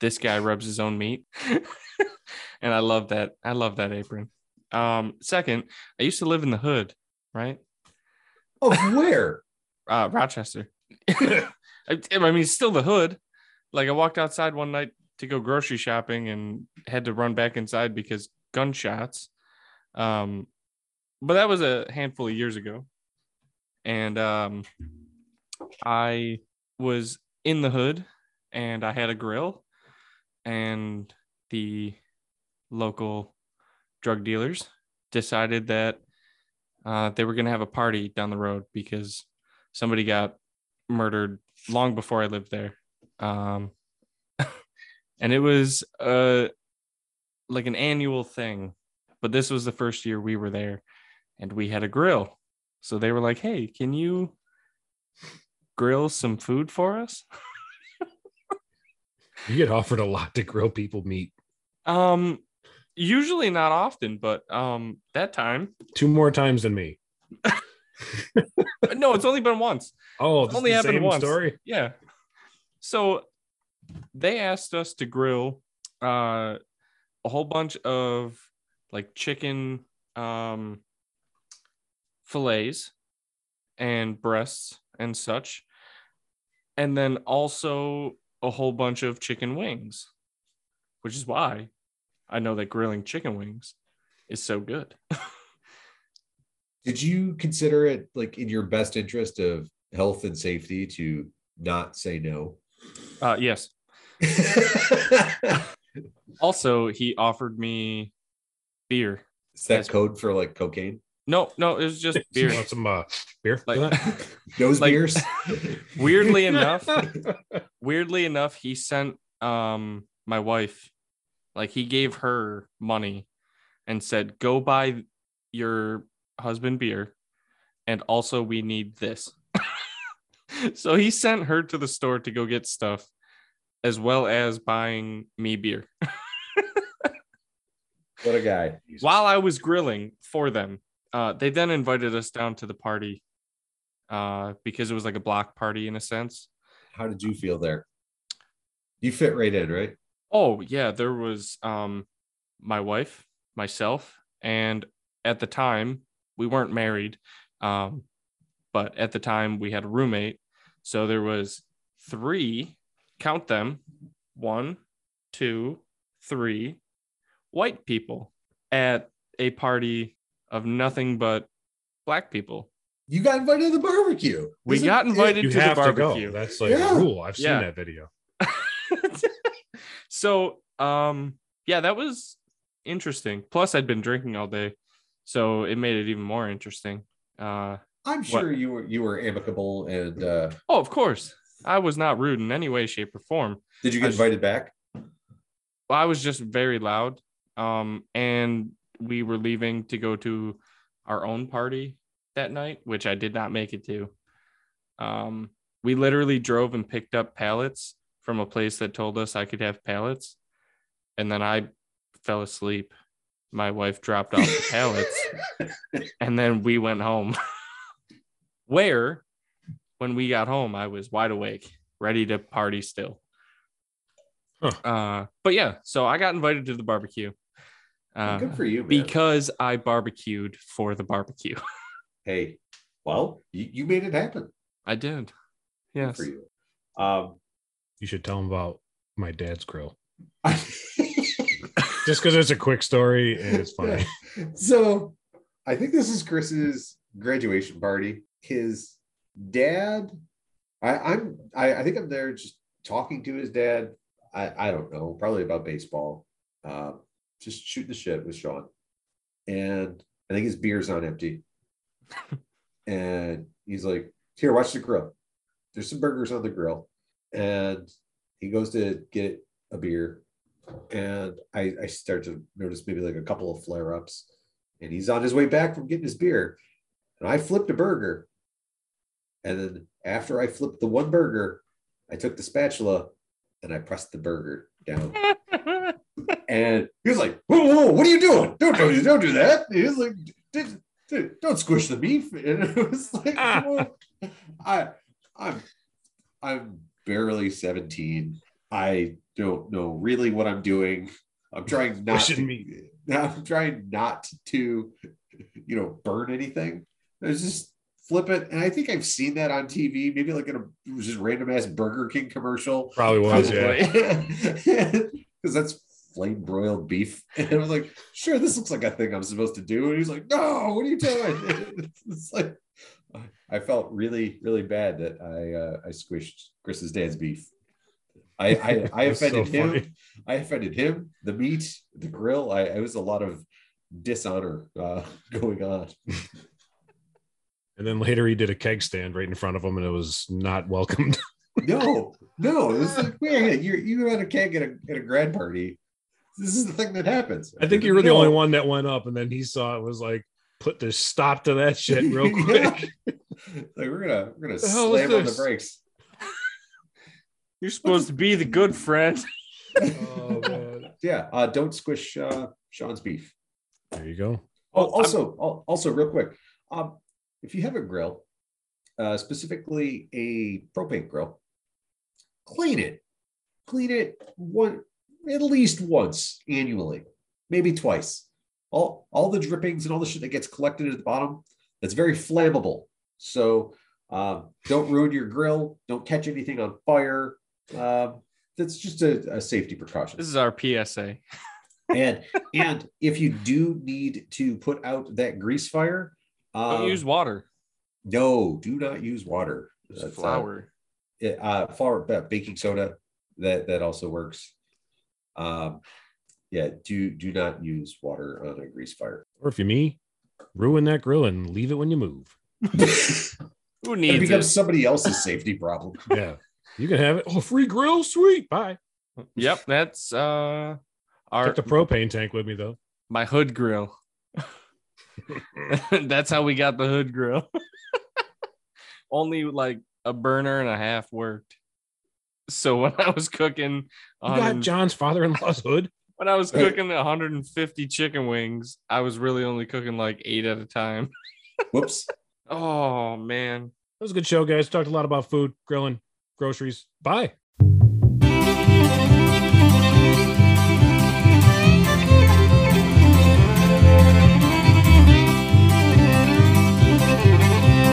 Speaker 3: this guy rubs his own meat. [laughs] and I love that. I love that apron. Um, second, I used to live in the hood, right?
Speaker 1: Of where?
Speaker 3: Uh Rochester. [laughs] I, I mean it's still the hood. Like I walked outside one night to go grocery shopping and had to run back inside because gunshots. Um, but that was a handful of years ago. And um, I was in the hood and I had a grill and the local drug dealers decided that uh, they were going to have a party down the road because somebody got murdered long before I lived there. Um, [laughs] and it was uh, like an annual thing but this was the first year we were there and we had a grill so they were like hey can you grill some food for us
Speaker 2: You get offered a lot to grill people meat.
Speaker 3: um usually not often but um that time
Speaker 2: Two more times than me.
Speaker 3: no it's only been once
Speaker 2: Oh,
Speaker 3: It
Speaker 2: this
Speaker 3: only
Speaker 2: is the
Speaker 3: happened
Speaker 2: same
Speaker 3: once.
Speaker 2: story.
Speaker 3: yeah so they asked us to grill uh a whole bunch of like chicken um fillets and breasts and such and then also a whole bunch of chicken wings which is why i know that grilling chicken wings is so good [laughs]
Speaker 1: Did you consider it like in your best interest of health and safety to not say
Speaker 3: [laughs]
Speaker 1: no?
Speaker 3: uh yes
Speaker 1: Is
Speaker 3: also he offered me beer
Speaker 1: that code for like cocaine?
Speaker 3: no no it was just
Speaker 2: You
Speaker 3: beer
Speaker 2: want some uh, beer?
Speaker 3: like
Speaker 1: Nose
Speaker 3: Like-
Speaker 1: beers?
Speaker 3: [laughs] weirdly enough weirdly enough he sent um my wife like he gave her money and said go buy your husband beer and also we [laughs] need this so he sent her to the store to go get stuff as well as buying me beer
Speaker 1: [laughs] What a guy.
Speaker 3: [laughs] while I was grilling for them. Uh, they then invited us down to the party uh, because it was like a block party in a sense.
Speaker 1: How did you feel there? You fit right in, right?
Speaker 3: Oh yeah, there was um my wife, myself, and at the time we weren't married. Um but at the time we had a roommate. So there was three, count them, one, two, three white people at a party of nothing but black people.
Speaker 1: You got invited to the barbecue.
Speaker 3: We
Speaker 1: Isn't
Speaker 3: got
Speaker 1: it-
Speaker 3: invited
Speaker 2: you
Speaker 3: to the
Speaker 2: have to
Speaker 3: barbecue.
Speaker 2: go. That's like
Speaker 1: Yeah.
Speaker 2: a rule. I've seen
Speaker 3: Yeah.
Speaker 2: that video.
Speaker 3: so um yeah that was interesting plus i'd been drinking all day so it made it even more interesting uh
Speaker 1: I'm sure you were you were amicable and uh
Speaker 3: oh of course i was not rude in any way shape or form
Speaker 1: did you
Speaker 3: I
Speaker 1: get
Speaker 3: was-
Speaker 1: invited back?
Speaker 3: i was just very loud um and we were leaving to go to our own party that night which i did not make it to um we literally drove and picked up pallets from a place that told us i could have pallets and then i fell asleep my wife dropped off
Speaker 1: [laughs]
Speaker 3: the pallets and then we went home. [laughs] Where, when we got home, I was wide awake, ready to party still.
Speaker 2: Huh.
Speaker 3: Uh, but yeah, so I got invited to the barbecue uh,
Speaker 1: Good for you, man.
Speaker 3: because I barbecued for the barbecue.
Speaker 1: hey, well, you, you made it happen.
Speaker 3: I did.
Speaker 1: Good
Speaker 3: Yes.
Speaker 1: for you. Um [laughs]
Speaker 2: You should tell them about my dad's grill. Just because it's a quick story
Speaker 1: [laughs]
Speaker 2: and [laughs] it's funny.
Speaker 1: so I think this is Chris's graduation party. His dad, I, I'm I, I think I'm there just talking to his dad. I, I don't know, probably about baseball. Uh, just shooting the shit with Sean. And I think his beer's not empty. and he's like, here, watch the grill. There's some burgers on the grill. And he goes to get a beer and I, I start to notice maybe like a couple of flare ups, and he's on his way back from getting his beer, and I flipped a burger, and then after I flipped the one burger, I took the spatula, and I pressed the burger down, and he was like, "Whoa, whoa, whoa, what are you doing? Don't do don't do that!" He was like, "Dude, dude, "Don't squish the beef," [laughs] and it was like, well, "I, I'm, I'm barely seventeen." I don't know really what I'm doing. I'm trying not
Speaker 2: Pushing
Speaker 1: to,
Speaker 2: me.
Speaker 1: [laughs] I'm trying not to, you know, burn anything. I was just flip it. And I think I've seen that on TV, maybe like in a it was just random ass Burger King commercial.
Speaker 2: Probably was, yeah.
Speaker 1: Because that's flame broiled beef. [laughs] And I was like, sure, this looks like a thing I'm supposed to do. And he's like, no, what are you doing? [laughs] it's like, I felt really, really bad that I uh, I squished Chris's dad's beef. I
Speaker 2: [laughs]
Speaker 1: I, I
Speaker 2: That's so
Speaker 1: offended him.
Speaker 2: funny.
Speaker 1: I offended him. The meat, the grill. I it was a lot of dishonor uh, [laughs] going on.
Speaker 2: And then later he did a keg stand right in front of him and it was
Speaker 3: [laughs]
Speaker 2: not welcomed.
Speaker 1: No, no. It's like, wait, you you had a keg at a at a grad party. This is the thing that happens.
Speaker 2: I think you were the
Speaker 1: No.
Speaker 2: only one that went up and then he saw it was like, put this stop to that shit
Speaker 1: [laughs]
Speaker 2: real
Speaker 1: Yeah.
Speaker 2: quick.
Speaker 1: Like we're gonna we're gonna
Speaker 2: The hell is
Speaker 1: slam on the
Speaker 2: this?
Speaker 1: brakes.
Speaker 3: You're supposed to be the good friend.
Speaker 2: Oh, man.
Speaker 1: Yeah. Uh, don't squish uh, Sean's beef.
Speaker 2: There you go.
Speaker 1: Oh,
Speaker 3: Well, I'm-
Speaker 1: also, al- also, real quick, um, if you have a grill, uh, specifically a propane grill, clean it, clean it one at least once annually, maybe twice. All all the drippings and all the shit that gets collected at the bottom that's very flammable. So um, don't ruin your grill. Don't catch anything on fire. Um, that's just a, a safety precaution
Speaker 3: This is our PSA.
Speaker 1: and and if you do need to put out that grease fire
Speaker 3: Don't
Speaker 1: um,
Speaker 3: use water.
Speaker 1: no do not use water
Speaker 3: Use
Speaker 1: That's, uh,
Speaker 3: flour.
Speaker 1: it- uh, flour uh, baking soda that that also works um yeah do do not use water on a grease fire
Speaker 2: Or if you're me, ruin that grill and leave it when you move.
Speaker 3: Who
Speaker 1: it
Speaker 3: needs
Speaker 1: becomes
Speaker 3: it?
Speaker 1: somebody else's safety problem [laughs]
Speaker 2: Yeah. You can have it. Oh, free grill. Sweet. Bye.
Speaker 3: Yep, that's uh our
Speaker 2: Took the propane tank with me though.
Speaker 3: my hood grill. [laughs] That's how we got the hood [laughs] grill. Only like a burner and a half worked. So when I was cooking,
Speaker 2: You got
Speaker 3: 100
Speaker 2: John's father-in-law's hood.
Speaker 3: when I was
Speaker 1: Right.
Speaker 3: cooking 150 chicken wings, I was really only cooking like eight at a time. [laughs]
Speaker 1: Whoops.
Speaker 3: Oh man.
Speaker 2: That was a good show, guys. Talked a lot about food, grilling, groceries. Bye.